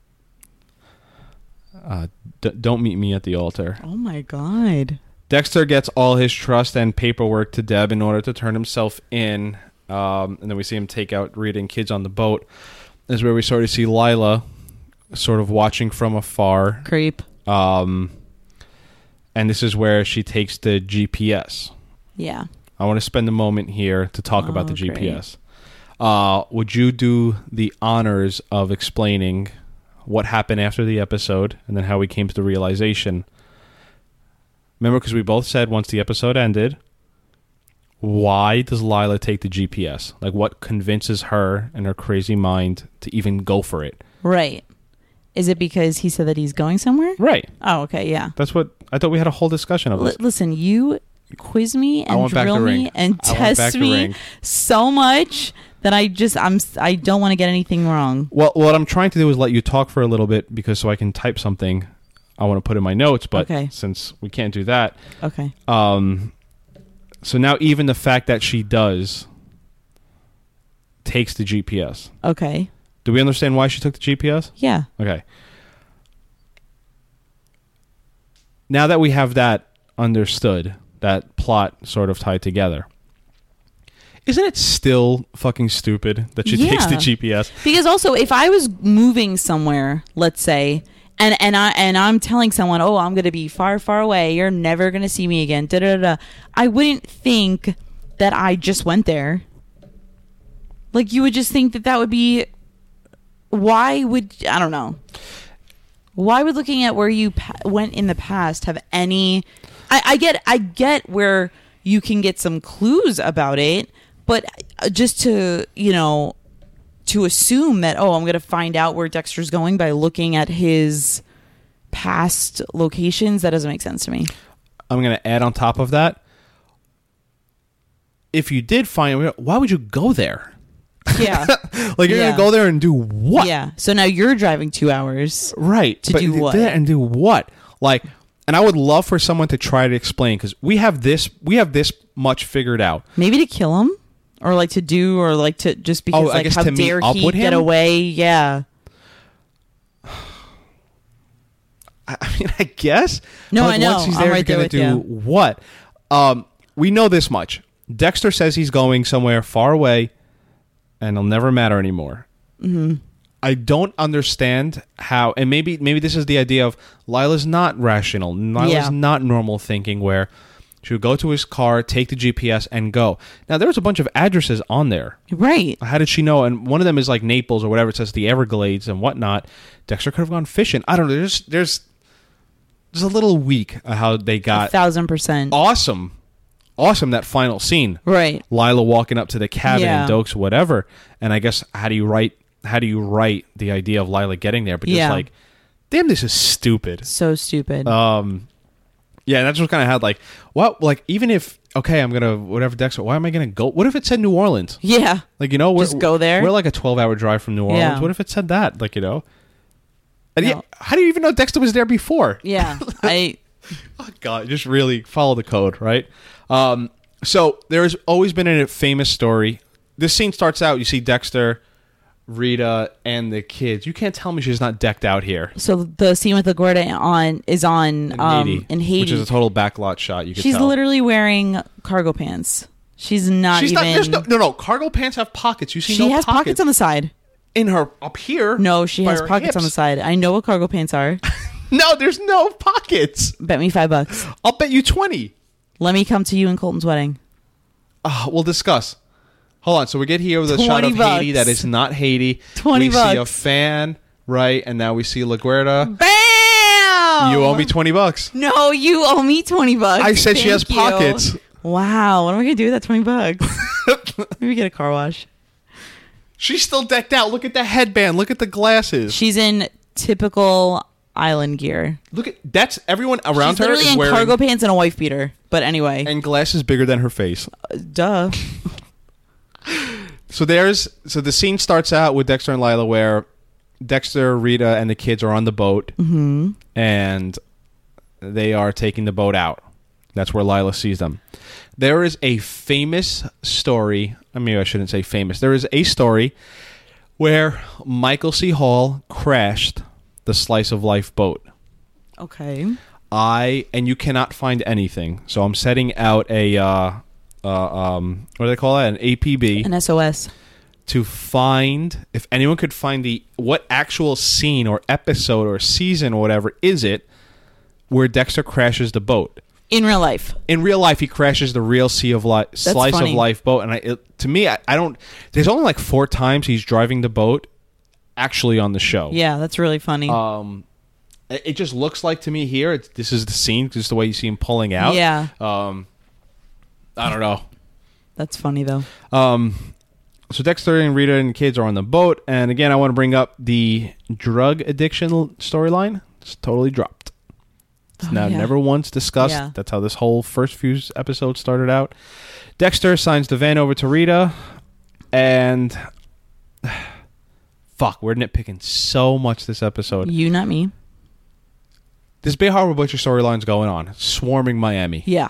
S3: uh, d- don't meet me at the altar.
S2: Oh my god.
S3: Dexter gets all his trust and paperwork to Deb in order to turn himself in. Um, and then we see him take out Rita and kids on the boat. This is where we sort of see Lila sort of watching from afar.
S2: Creep.
S3: Um, and this is where she takes the GPS.
S2: Yeah.
S3: I want to spend a moment here to talk about
S2: Oh,
S3: the
S2: great.
S3: GPS. Uh, would you do the honors of explaining what happened after the episode and then how we came to the realization? Remember, because we both said once the episode ended, why does Lila take the GPS? Like, what convinces her and her crazy mind to even go for it?
S2: Right. Is it because he said that he's going somewhere?
S3: Right.
S2: Oh, okay, yeah.
S3: That's what I thought we had a whole discussion of
S2: L-
S3: this.
S2: listen, you quiz me
S3: I
S2: and
S3: want back
S2: drill
S3: the ring.
S2: me and
S3: I want back
S2: test
S3: the
S2: me
S3: ring.
S2: so much that I just I'm s- I don't want to get anything wrong.
S3: Well, what I'm trying to do is let you talk for a little bit because so I can type something I want to put in my notes, but
S2: Okay.
S3: since we can't do that,
S2: Okay.
S3: um, so now even the fact that she does takes the GPS.
S2: Okay.
S3: Do we understand why she took the GPS?
S2: Yeah.
S3: Okay. Now that we have that understood, that plot sort of tied together, isn't it still fucking stupid that she takes the
S2: Yeah.
S3: GPS?
S2: Because also, if I was moving somewhere, let's say, and and I and I'm telling someone, oh, I'm gonna be far, far away. You're never gonna see me again. Da da da. da," I wouldn't think that I just went there. Like you would just think that that would be. Why would I don't know? Why would looking at where you pa- went in the past have any? I, I get, I get where you can get some clues about it, but uh, just to you know to assume that oh i'm going to find out where dexter's going by looking at his past locations that doesn't make sense to
S3: <laughs>
S2: me
S3: I'm going to add on top of that. If you did find, why would you go there? <laughs>
S2: Yeah.
S3: Like you're
S2: Yeah.
S3: gonna go there and do what?
S2: yeah. So now you're driving two hours.
S3: Right.
S2: To do
S3: th-
S2: what?
S3: there and do what? Like, and I would love for someone to try to explain because we have this we have this much figured out.
S2: Maybe to kill him or like to do or like to just because
S3: Oh, I
S2: like
S3: guess
S2: how
S3: to meet
S2: dare
S3: up
S2: he
S3: with
S2: get
S3: him?
S2: away. Yeah.
S3: I, I mean, I guess.
S2: No,
S3: but, like,
S2: I know.
S3: Once he's
S2: I'm
S3: there,
S2: right
S3: you're
S2: there
S3: gonna
S2: with
S3: do
S2: you.
S3: what? Um, we know this much. Dexter says he's going somewhere far away, and it'll never matter anymore.
S2: Mm-hmm.
S3: I don't understand how, and maybe maybe this is the idea of Lila's not rational. Lila's
S2: Yeah.
S3: not normal thinking. Where she would go to his car, take the GPS, and go. Now there was a bunch of addresses on there.
S2: Right.
S3: How did she know? And one of them is like Naples or whatever. It says the Everglades and whatnot. Dexter could have gone fishing. I don't know. There's there's there's a little weak of how they
S2: A
S3: got
S2: thousand percent.
S3: awesome, awesome that final scene.
S2: Right.
S3: Lila walking up to the cabin
S2: Yeah.
S3: and Dokes whatever. And I guess how do you write how do you write the idea of Lila getting there? But just
S2: Yeah.
S3: like, damn, this is stupid.
S2: So stupid.
S3: Uh, Yeah, that's what kind of had like, what like even if okay, I'm gonna whatever Dexter. Why am I gonna go? What if it said New Orleans?
S2: yeah.
S3: Like you know, we're,
S2: Just go there?
S3: We're like a twelve-hour drive from New Orleans.
S2: Yeah.
S3: What if it said that? Like you know, and yeah,
S2: No.
S3: how do you even know Dexter was there before? <laughs>
S2: Yeah. I.
S3: Oh, God, just really follow the code, right? Um, so there has always been a famous story. This scene starts out. You see Dexter, Rita, and the kids. You can't tell me she's not decked out here.
S2: So the scene with Lagorda on is on
S3: In
S2: um
S3: Haiti,
S2: in Haiti.
S3: which is a total backlot shot. You could
S2: She's
S3: tell.
S2: literally wearing cargo pants. She's not
S3: She's not.
S2: even.
S3: There's no, no, no. Cargo pants have pockets. You see,
S2: she
S3: no
S2: has pockets. on the side.
S3: in her up here.
S2: No, she
S3: by
S2: has
S3: her
S2: pockets on the
S3: hips.
S2: side. I know what cargo pants
S3: <laughs>
S2: are.
S3: No, there's no pockets.
S2: Bet me five bucks.
S3: I'll bet you twenty. <sighs>
S2: Let me come to you in Colton's wedding.
S3: Uh, we'll discuss. Hold on. So we get here with a shot
S2: 20
S3: of Haiti
S2: bucks.
S3: that is not Haiti.
S2: 20
S3: we see a
S2: bucks.
S3: fan, right? And now we see LaGuerta.
S2: Bam!
S3: You owe me 20 bucks.
S2: No, you owe me twenty bucks.
S3: I said she has
S2: Thank you.
S3: pockets.
S2: Wow, what am I gonna do with that twenty
S3: <laughs>
S2: bucks? Maybe get a car wash.
S3: She's still decked out. Look at the headband. Look at the glasses.
S2: She's in typical island gear.
S3: Look at that's everyone around
S2: She's
S3: her
S2: literally
S3: is
S2: in
S3: wearing
S2: cargo pants and a wife beater. But anyway,
S3: and glasses bigger than her face.
S2: duh.
S3: So there's so the scene starts out with Dexter and Lila where Dexter, Rita, and the kids are on the boat, mm-hmm. and they are taking the boat out. That's where Lila sees them. There is a famous story. I mean, I shouldn't say famous. There is a story where Michael C. Hall crashed the Slice of Life boat.
S2: Okay.
S3: I and you cannot find anything. So I'm setting out a uh, uh, um, what do they call that? An APB
S2: An SOS.
S3: to find if anyone could find the what actual scene or episode or season or whatever is it where Dexter crashes the boat.
S2: In real life.
S3: In real life, he crashes the real sea of life slice
S2: funny.
S3: of life boat, and I, it, to me, I, I don't. There's only like four times he's driving the boat actually on the show.
S2: Yeah, that's really funny.
S3: it, it just looks like to me here. It's, this is the scene, just the way you see him pulling out.
S2: Yeah.
S3: Um, I don't know.
S2: that's funny though.
S3: Um, So Dexter and Rita and kids are on the boat, and again, I want to bring up the drug addiction l- storyline. It's totally dropped. It's now
S2: Oh, yeah.
S3: never once discussed.
S2: Yeah.
S3: That's how this whole first few s- episodes started out. Dexter signs the van over to Rita, and <sighs> fuck, we're nitpicking so much this episode.
S2: You, not me.
S3: This Bay Harbor Butcher storyline's going on, swarming Miami.
S2: Yeah.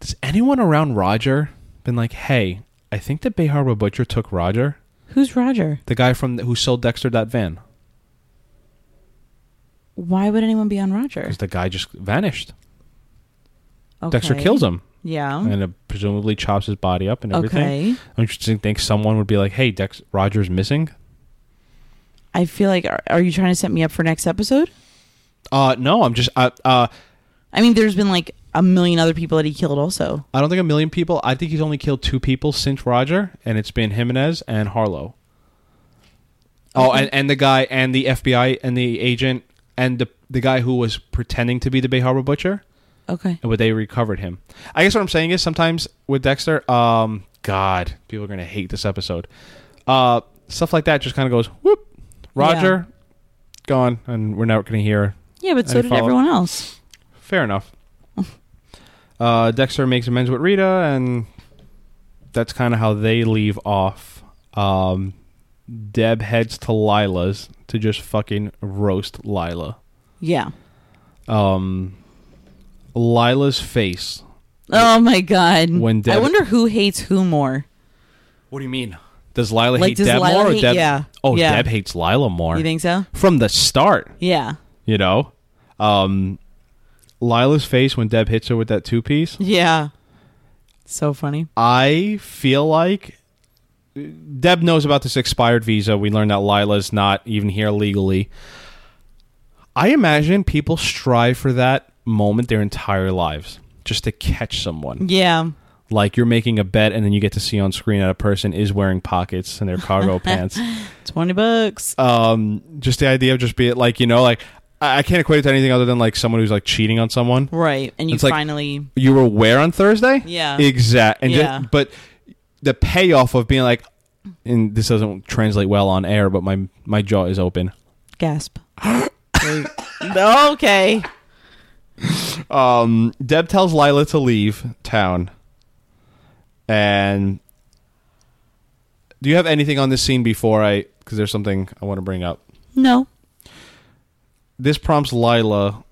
S3: Does anyone around Roger been like, hey, I think the Bay Harbor Butcher took Roger?
S2: Who's Roger?
S3: The guy from who sold Dexter that van.
S2: Why would anyone be on Roger?
S3: Because the guy just vanished.
S2: Okay.
S3: Dexter kills him
S2: Yeah.
S3: and uh, presumably chops his body up and everything.
S2: Okay.
S3: Don't you think- think someone would be like, "Hey, Dex Rogers missing"?
S2: I feel like are, are you trying to set me up for next episode?
S3: Uh, no, I'm just. Uh, uh,
S2: I mean, there's been like a million other people that he killed also.
S3: I don't think a million people. I think he's only killed two people since Roger, and it's been Jimenez and Harlow. Oh, and, and the guy and the FBI and the agent and the the guy who was pretending to be the Bay Harbor butcher.
S2: Okay.
S3: but they recovered him. I guess what I'm saying is sometimes with Dexter, um, God, people are gonna hate this episode. Uh, stuff like that just kind of goes whoop. Roger, gone, and we're never gonna hear.
S2: Yeah, but so
S3: Any
S2: did
S3: follow-up?
S2: everyone else.
S3: Fair enough. uh, Dexter makes amends with Rita, and that's kind of how they leave off. Um, Deb heads to Lila's to just fucking roast Lila.
S2: Yeah.
S3: Um, Lila's face.
S2: Oh my god.
S3: When
S2: I
S3: Deb-
S2: wonder who hates who more.
S3: What do you mean? Does Lila
S2: Like,
S3: hate
S2: does
S3: Deb
S2: Lila
S3: more? Or
S2: hate-
S3: Deb?
S2: yeah.
S3: Oh,
S2: Yeah.
S3: Deb hates Lila more.
S2: You think so?
S3: From the start,
S2: Yeah.
S3: you know. Um, Lila's face when Deb hits her with that two piece.
S2: Yeah. So funny.
S3: I feel like Deb knows about this expired visa. We learned that Lila's not even here legally. I imagine people strive for that moment their entire lives just to catch someone.
S2: Yeah.
S3: Like you're making a bet and then you get to see on screen that a person is wearing pockets in their
S2: <laughs>
S3: cargo pants.
S2: 20 bucks.
S3: Um, just the idea of just be like, you know, like I I can't equate it to anything other than like someone who's like cheating on someone
S2: right. And you
S3: it's like- <laughs>
S2: finally
S3: you were where on Thursday?
S2: Yeah.
S3: Exact. And
S2: Yeah.
S3: Just, but the payoff of being like, and this doesn't translate well on air, but my my jaw is open.
S2: gasp. Wait. <laughs> okay.
S3: Um, Deb tells Lila to leave town, and do you have anything on this scene before I? Because there's something I want to bring up.
S2: No.
S3: This prompts Lila.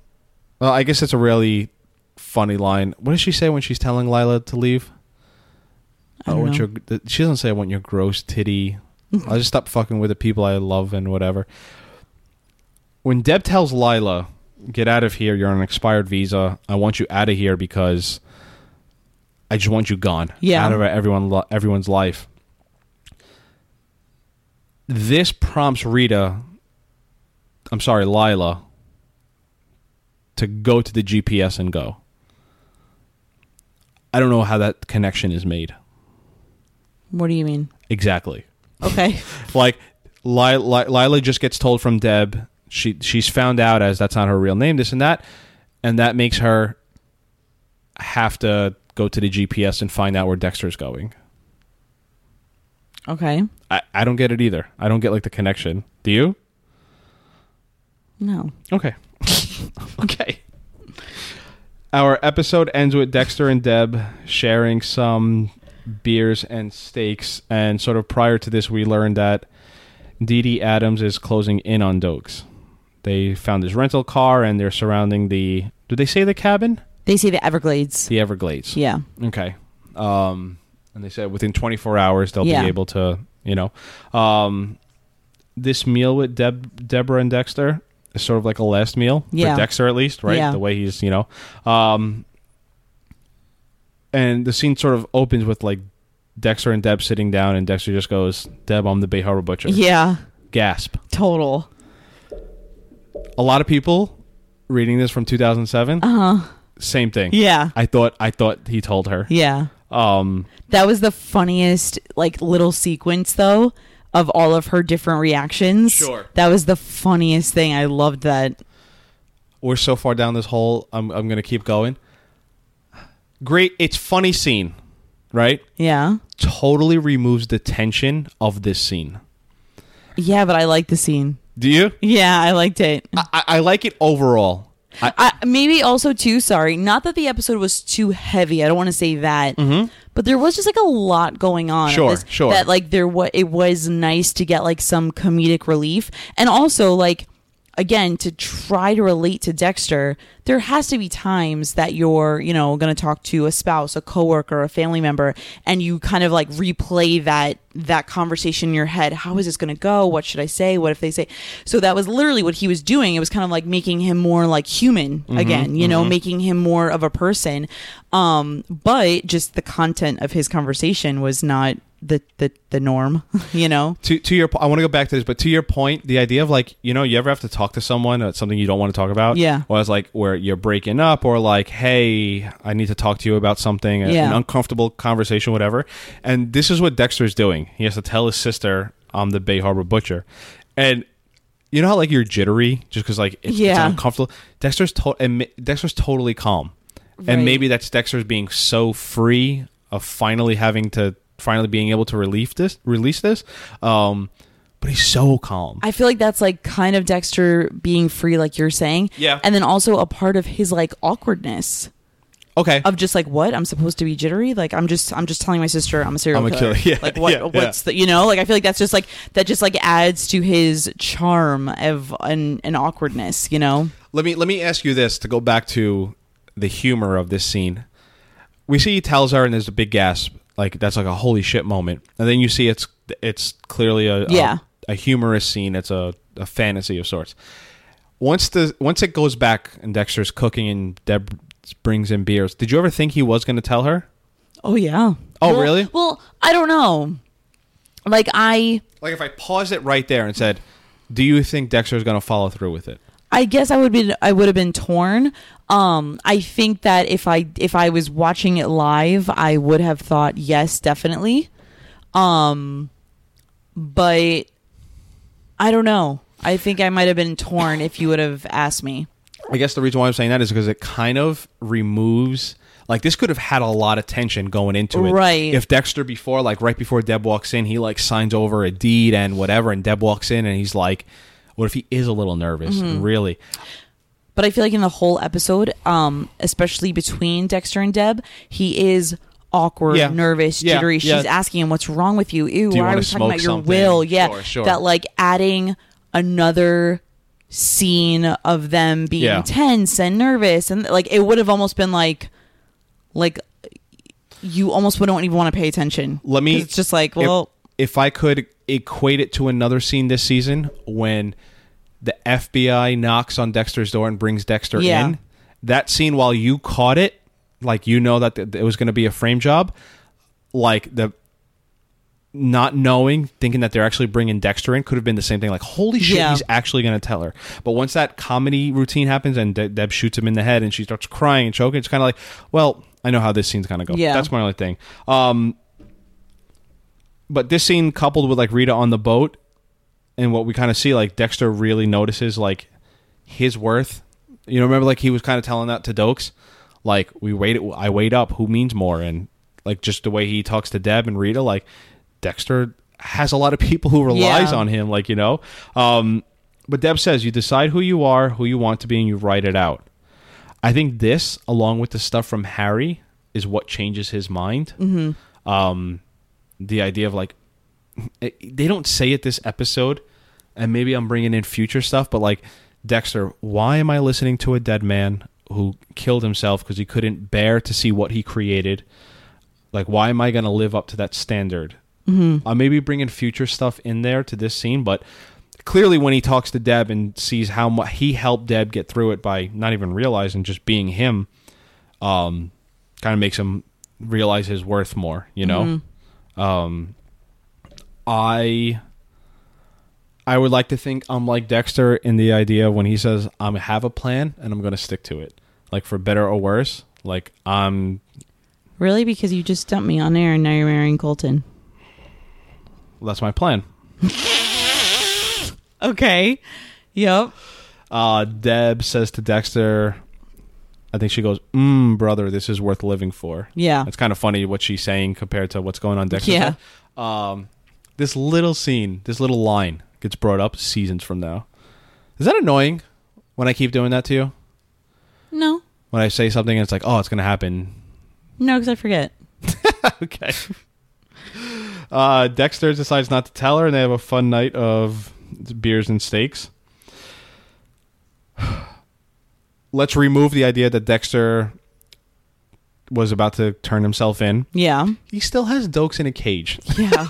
S3: Well, I guess it's a really funny line. What does she say when she's telling Lila to leave?
S2: I don't
S3: want
S2: know.
S3: your. th- She doesn't say I want your
S2: <laughs>
S3: gross titty. I'll just stop fucking with the people I love and whatever. When Deb tells Lila, "Get out of here! You're on an expired visa. I want you out of here because I just want you gone.
S2: Yeah.
S3: out of everyone, li- everyone's life." This prompts Rita. I'm sorry, Lila. To go to the GPS and go. I don't know how that connection is made.
S2: What do you mean?
S3: Exactly.
S2: <laughs> Okay.
S3: Like Li- Li- Lila just gets told from Deb she she's found out as that's not her real name this and that and that makes her have to go to the GPS and find out where Dexter's going.
S2: Okay.
S3: I, I don't get it either. I don't get like the connection. Do you?
S2: No.
S3: <laughs> Okay. okay. Our episode ends with Dexter and Deb sharing some beers and steaks. And sort of prior to this, we learned that Dee Dee Adams is closing in on Dokes. They found his rental car and they're surrounding the. Did they say the cabin?
S2: They say the Everglades.
S3: The Everglades.
S2: Yeah.
S3: Okay. Um, and they said within 24 hours they'll
S2: Yeah.
S3: be able to, you know, um, this meal with Deb, Deborah and Dexter is sort of like a last meal
S2: Yeah.
S3: for Dexter at least, right?
S2: Yeah.
S3: The way he's, you know, um, and the scene sort of opens with like Dexter and Deb sitting down, and Dexter just goes, "Deb, I'm the Bay Harbor butcher."
S2: Yeah.
S3: Gasp.
S2: Total.
S3: A lot of people reading this from 2007. Uh huh. Same thing.
S2: Uh-huh. Yeah.
S3: I thought. I thought he told her.
S2: Yeah.
S3: Um.
S2: That was the funniest like little sequence though of all of her different reactions.
S3: Sure.
S2: That was the funniest thing. I loved that.
S3: we're so far down this hole. I'm I'm gonna keep going. Great, it's funny scene, right?
S2: Yeah.
S3: Totally removes the tension of this scene.
S2: Yeah, but I liked the scene.
S3: Do you?
S2: Yeah, I liked it.
S3: I, I- I like it overall. I,
S2: I, maybe also too sorry. Not that the episode was too heavy. I don't want to say that, but there was just like a lot going on.
S3: Sure,
S2: This-
S3: sure.
S2: That like there was it was nice to get like some comedic relief, and also like again to try to relate to Dexter. There has to be times that you're you know going to talk to a spouse, a coworker, a family member, and you kind of like replay that that conversation in your head. How is this going to go? What should I say? What if they say? So that was literally what he was doing. It was kind of like making him more like human
S3: Mm-hmm,
S2: again, you know, making him more of a person. Um, but just the content of his conversation was not the the, the norm, <laughs> you know.
S3: to to your, po- I want to go back to this, but to your point, the idea of like, you know, you ever have to talk to someone about something you don't want to talk about,
S2: Yeah.
S3: or it's like where you're breaking up, or like, hey, I need to talk to you about something, a-
S2: Yeah.
S3: an uncomfortable conversation, whatever. And this is what Dexter's doing. He has to tell his sister, "I'm the Bay Harbor butcher," and you know how like you're jittery just because like it's,
S2: Yeah.
S3: it's uncomfortable. Dexter's to- and mi- Dexter's totally calm,
S2: Right.
S3: and maybe that's Dexter's being so free of finally having to finally being able to relieve this release this. Um, but he's so calm.
S2: I feel like that's like kind of Dexter being free, like you're saying.
S3: Yeah.
S2: And then also a part of his like awkwardness.
S3: Okay.
S2: of just like what I'm supposed to be jittery. Like I'm just I'm just telling my sister I'm a serial
S3: I'm a
S2: killer.
S3: killer. <laughs> Yeah,
S2: Like what
S3: yeah, yeah.
S2: what's the you know like I feel like that's just like that just like adds to his charm of an, an awkwardness. You know.
S3: let me let me ask you this to go back to the humor of this scene. We see he tells her, and there's a big gasp, like that's like a holy shit moment, and then you see it's it's clearly a a-
S2: Yeah.
S3: a, humorous scene. It's a, a fantasy of sorts. Once the once it goes back and Dexter's cooking and Deb brings in beers. Did you ever think he was going to tell her?
S2: Oh yeah.
S3: Oh,
S2: Well-
S3: really?
S2: Well, I don't know. Like I
S3: Like if I paused it right there and said, "Do you think Dexter's going to follow through with it?"
S2: I guess I would be I would have been torn. Um, I think that if I if I was watching it live, I would have thought yes, definitely. Um, but I don't know. I think I might have been torn if you would have asked me.
S3: I guess the reason why I'm saying that is because it kind of removes like this could have had a lot of tension going into it.
S2: Right.
S3: If Dexter before like right before Deb walks in, he like signs over a deed and whatever and Deb walks in and he's like what if he is a little nervous? Really?
S2: But I feel like in the whole episode, um, especially between Dexter and Deb, he is awkward,
S3: Yeah.
S2: nervous,
S3: Yeah,
S2: jittery.
S3: yeah.
S2: She's asking him, "What's wrong with you?" Ew,
S3: Do you
S2: why are
S3: wanna
S2: we talking about
S3: smoke
S2: your
S3: something?
S2: will? Yeah,
S3: Sure, sure.
S2: that like adding another scene of them being
S3: Yeah.
S2: tense and nervous, and like it would have almost been like, like you almost wouldn't even want to pay attention.
S3: Let me
S2: 'Cause It's just like,
S3: if-
S2: well,
S3: if, I could equate it to another scene this season when the FBI knocks on Dexter's door and brings Dexter
S2: Yeah.
S3: in, that scene while you caught it, like you know that th- it was going to be a frame job, like the not knowing, thinking that they're actually bringing Dexter in could have been the same thing. Like, holy shit,
S2: Yeah.
S3: he's actually going to tell her. But once that comedy routine happens and De- Deb shoots him in the head and she starts crying and choking, it's kind of like, well, I know how this scene's going to go.
S2: Yeah.
S3: That's my only thing. Um, but this scene coupled with like Rita on the boat and what we kind of see, like Dexter really notices like his worth. You know, remember like he was kind of telling that to Dokes, like we wait, I wait up. Who means more? And like just the way he talks to Deb and Rita, like Dexter has a lot of people who relies
S2: Yeah.
S3: on him. Like you know, um, but Deb says you decide who you are, who you want to be, and you write it out. I think this, along with the stuff from Harry, is what changes his mind. Mm-hmm. Um, the idea of like it- they don't say it this episode, and maybe I'm bringing in future stuff, but like Dexter, why am I listening to a dead man who killed himself because he couldn't bear to see what he created? Like, why am I going to live up to that standard? Mm-hmm. I maybe bringing future stuff in there to this scene, but clearly when he talks to Deb and sees how much he helped Deb get through it by not even realizing, just being him, um, kind of makes him realize his worth more. You know. Um, I I would like to think I'm like Dexter in the idea when he says I'm have a plan and I'm going to stick to it, like for better or worse. Like I'm
S2: really, because you just dumped me on air and now you're marrying Colton.
S3: that's my plan.
S2: Okay. Yep.
S3: Uh, Deb says to Dexter, I think she goes, "Mmm, brother, this is worth living for."
S2: Yeah.
S3: it's kind of funny what she's saying compared to what's going on Dexter's
S2: Yeah.
S3: head. Um, this little scene, this little line gets brought up seasons from now. Is that annoying when I keep doing that to you?
S2: No.
S3: when I say something and it's like, oh, it's gonna happen.
S2: No, because I forget.
S3: okay. Uh, Dexter decides not to tell her, and they have a fun night of beers and steaks. <sighs> Let's remove the idea that Dexter was about to turn himself in.
S2: Yeah.
S3: He still has Dokes in a cage.
S2: Yeah.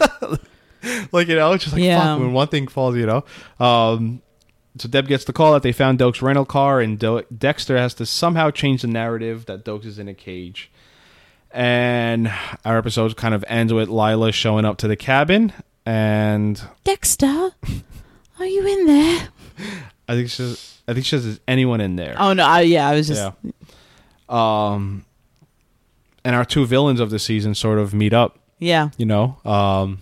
S3: like you know, it's just like
S2: Yeah.
S3: fuck when one thing falls, you know. Um, so Deb gets the call that they found Doak's rental car, and Do- Dexter has to somehow change the narrative that Doak's is in a cage. And our episode kind of ends with Lila showing up to the cabin, and
S2: <laughs> Dexter, are you in there?
S3: I think she says, I think she says, "Is anyone in there?"
S2: Oh no! I, yeah, I was just
S3: yeah. Um, and our two villains of the season sort of meet up.
S2: yeah.
S3: you know um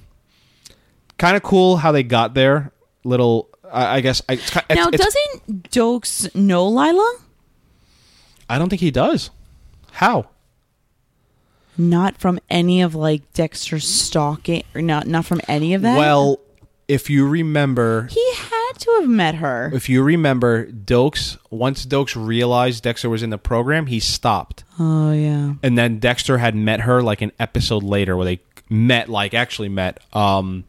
S3: kind of cool how they got there little i, I guess I, it's, ki- it's,
S2: now,
S3: it's-
S2: doesn't Dokes know Lila?
S3: i don't think he does how
S2: Not from any of like Dexter's stalking, or not not from any of that.
S3: well if you remember
S2: he had shocked to have met her.
S3: If you remember, Dokes, once Dokes realized Dexter was in the program, he stopped.
S2: Oh yeah.
S3: And then Dexter had met her like an episode later where they met, like actually met. Um,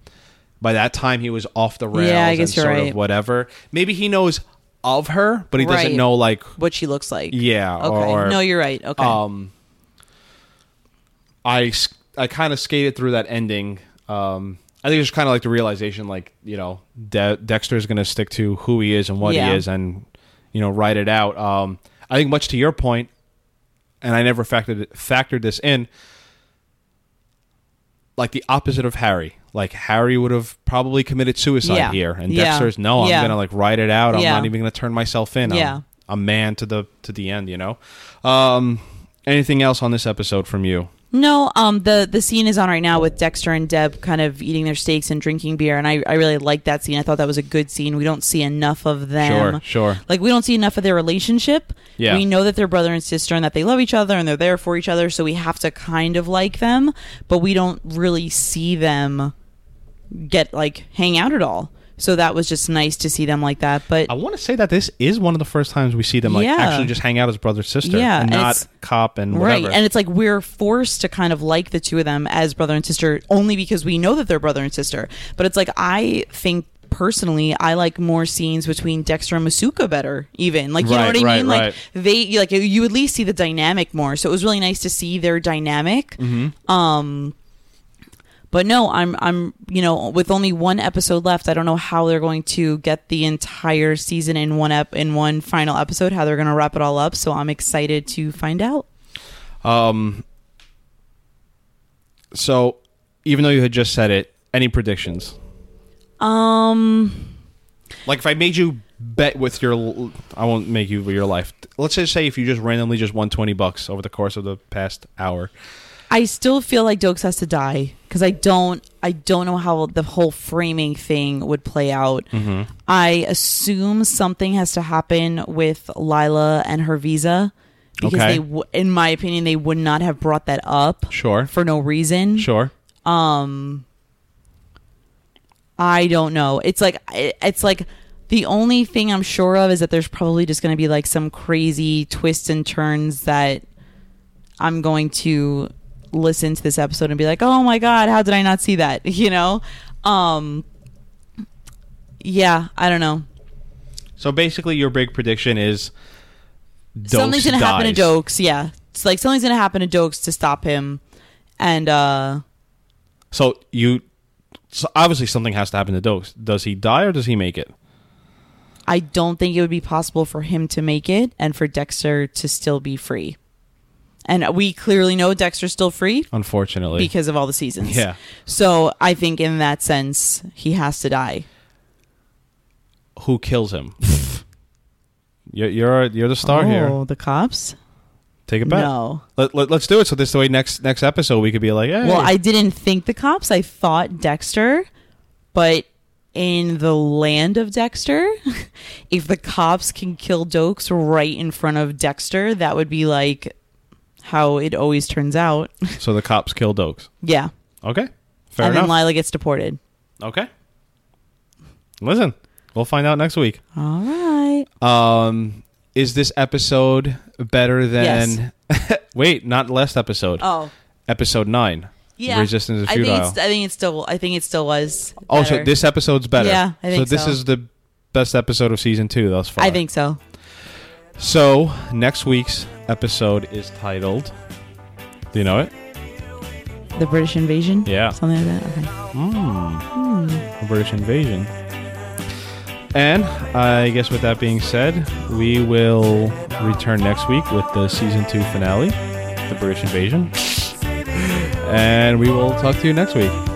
S3: by that time, he was off the rails
S2: Yeah, I guess
S3: and
S2: you're
S3: sort
S2: right.
S3: of whatever. Maybe he knows of her, but he
S2: Right.
S3: doesn't know, like,
S2: What she looks like.
S3: yeah.
S2: Okay.
S3: Or,
S2: no, you're right. Okay.
S3: um, I, s- I kind of skated through that ending. Um, I think it's kind of like the realization, like you know, De- Dexter is going to stick to who he is and what
S2: Yeah.
S3: he is, and you know, write it out. Um, I think much to your point, and I never factored factored this in. Like the opposite of Harry, like Harry would have probably committed suicide
S2: Yeah.
S3: here, and
S2: Yeah.
S3: Dexter's no, I'm
S2: Yeah.
S3: gonna like write it out. I'm
S2: Yeah.
S3: not even gonna turn myself in. I'm
S2: Yeah.
S3: a man to the to the end. You know. Um, anything else on this episode from you?
S2: No, um, the the scene is on right now with Dexter and Deb kind of eating their steaks and drinking beer, and I, I really liked that scene. I thought that was a good scene. We don't see enough of them.
S3: Sure, sure.
S2: Like we don't see enough of their relationship.
S3: Yeah.
S2: We know that they're brother and sister and that they love each other and they're there for each other, so we have to kind of like them, but we don't really see them get like hang out at all. So that was just nice to see them like that. But
S3: I want to say that this is one of the first times we see them like
S2: Yeah.
S3: actually just hang out as brother sister,
S2: Yeah,
S3: and
S2: and
S3: not
S2: it's-
S3: cop and whatever.
S2: Right. And it's like we're forced to kind of like the two of them as brother and sister only because we know that they're brother and sister. But it's like I think personally I like more scenes between Dexter and Masuka better even. Like you know
S3: Right,
S2: what I
S3: right,
S2: mean?
S3: right.
S2: Like they you- like you at least see the dynamic more. So it was really nice to see their dynamic.
S3: Mm-hmm.
S2: Um but no, I'm I'm you know with only one episode left, I don't know how they're going to get the entire season in one ep in one final episode. How they're going to wrap it all up? So I'm excited to find out.
S3: um, so even though you had just said it, any predictions?
S2: Um,
S3: Like if I made you bet with your, l- I won't make you with your life. Let's just say if you just randomly just won twenty bucks over the course of the past hour.
S2: I still feel like Dokes has to die because I don't, I don't know how the whole framing thing would play out.
S3: Mm-hmm.
S2: I assume something has to happen with Lila and her visa because
S3: Okay.
S2: they, w- in my opinion, they would not have brought that up
S3: Sure,
S2: for no reason.
S3: sure.
S2: I don't know. It's like it- it's like the only thing I'm sure of is that there's probably just going to be like some crazy twists and turns that I'm going to listen to this episode and be like, "Oh my god, how did I not see that?" <laughs> You know? Um Yeah, I don't know.
S3: So basically, your big prediction is Dokes
S2: something's gonna happen to
S3: dies.
S2: Dokes, yeah. It's like something's going to happen to Dokes to stop him. And uh
S3: So you, so obviously something has to happen to Dokes. Does he die or does he make it?
S2: I don't think it would be possible for him to make it and for Dexter to still be free. And we clearly know Dexter's still free
S3: Unfortunately,
S2: because of all the seasons.
S3: Yeah.
S2: So I think in that sense, he has to die.
S3: who kills him? you're you're, you're the star here.
S2: Oh, the cops?
S3: Take it back.
S2: No.
S3: Let, let, us do it. So this way, next next episode, we could be like, hey.
S2: Well, I didn't think the cops. I thought Dexter, but in the land of Dexter, <laughs> if the cops can kill Dokes right in front of Dexter, that would be like how it always turns out.
S3: so the cops kill Dokes.
S2: yeah.
S3: Okay, fair
S2: and
S3: enough.
S2: then Lila gets deported.
S3: okay, listen, we'll find out next week.
S2: All right.
S3: Um, is this episode better than? <laughs> wait, not last episode.
S2: Oh.
S3: Episode nine.
S2: Yeah.
S3: Resistance is
S2: I think
S3: futile.
S2: it's I think it still I think it still was.
S3: Oh, so
S2: better.
S3: this episode's better.
S2: Yeah, I think
S3: so. This
S2: so.
S3: is the best episode of season two thus far.
S2: I think so.
S3: so. Next week's episode is titled. Do you know it?
S2: The British invasion?
S3: Yeah.
S2: Something like that. Okay.
S3: British invasion. And I guess with that being said, we will return next week with the season <laughs> two finale, the British invasion, and we will talk to you next week.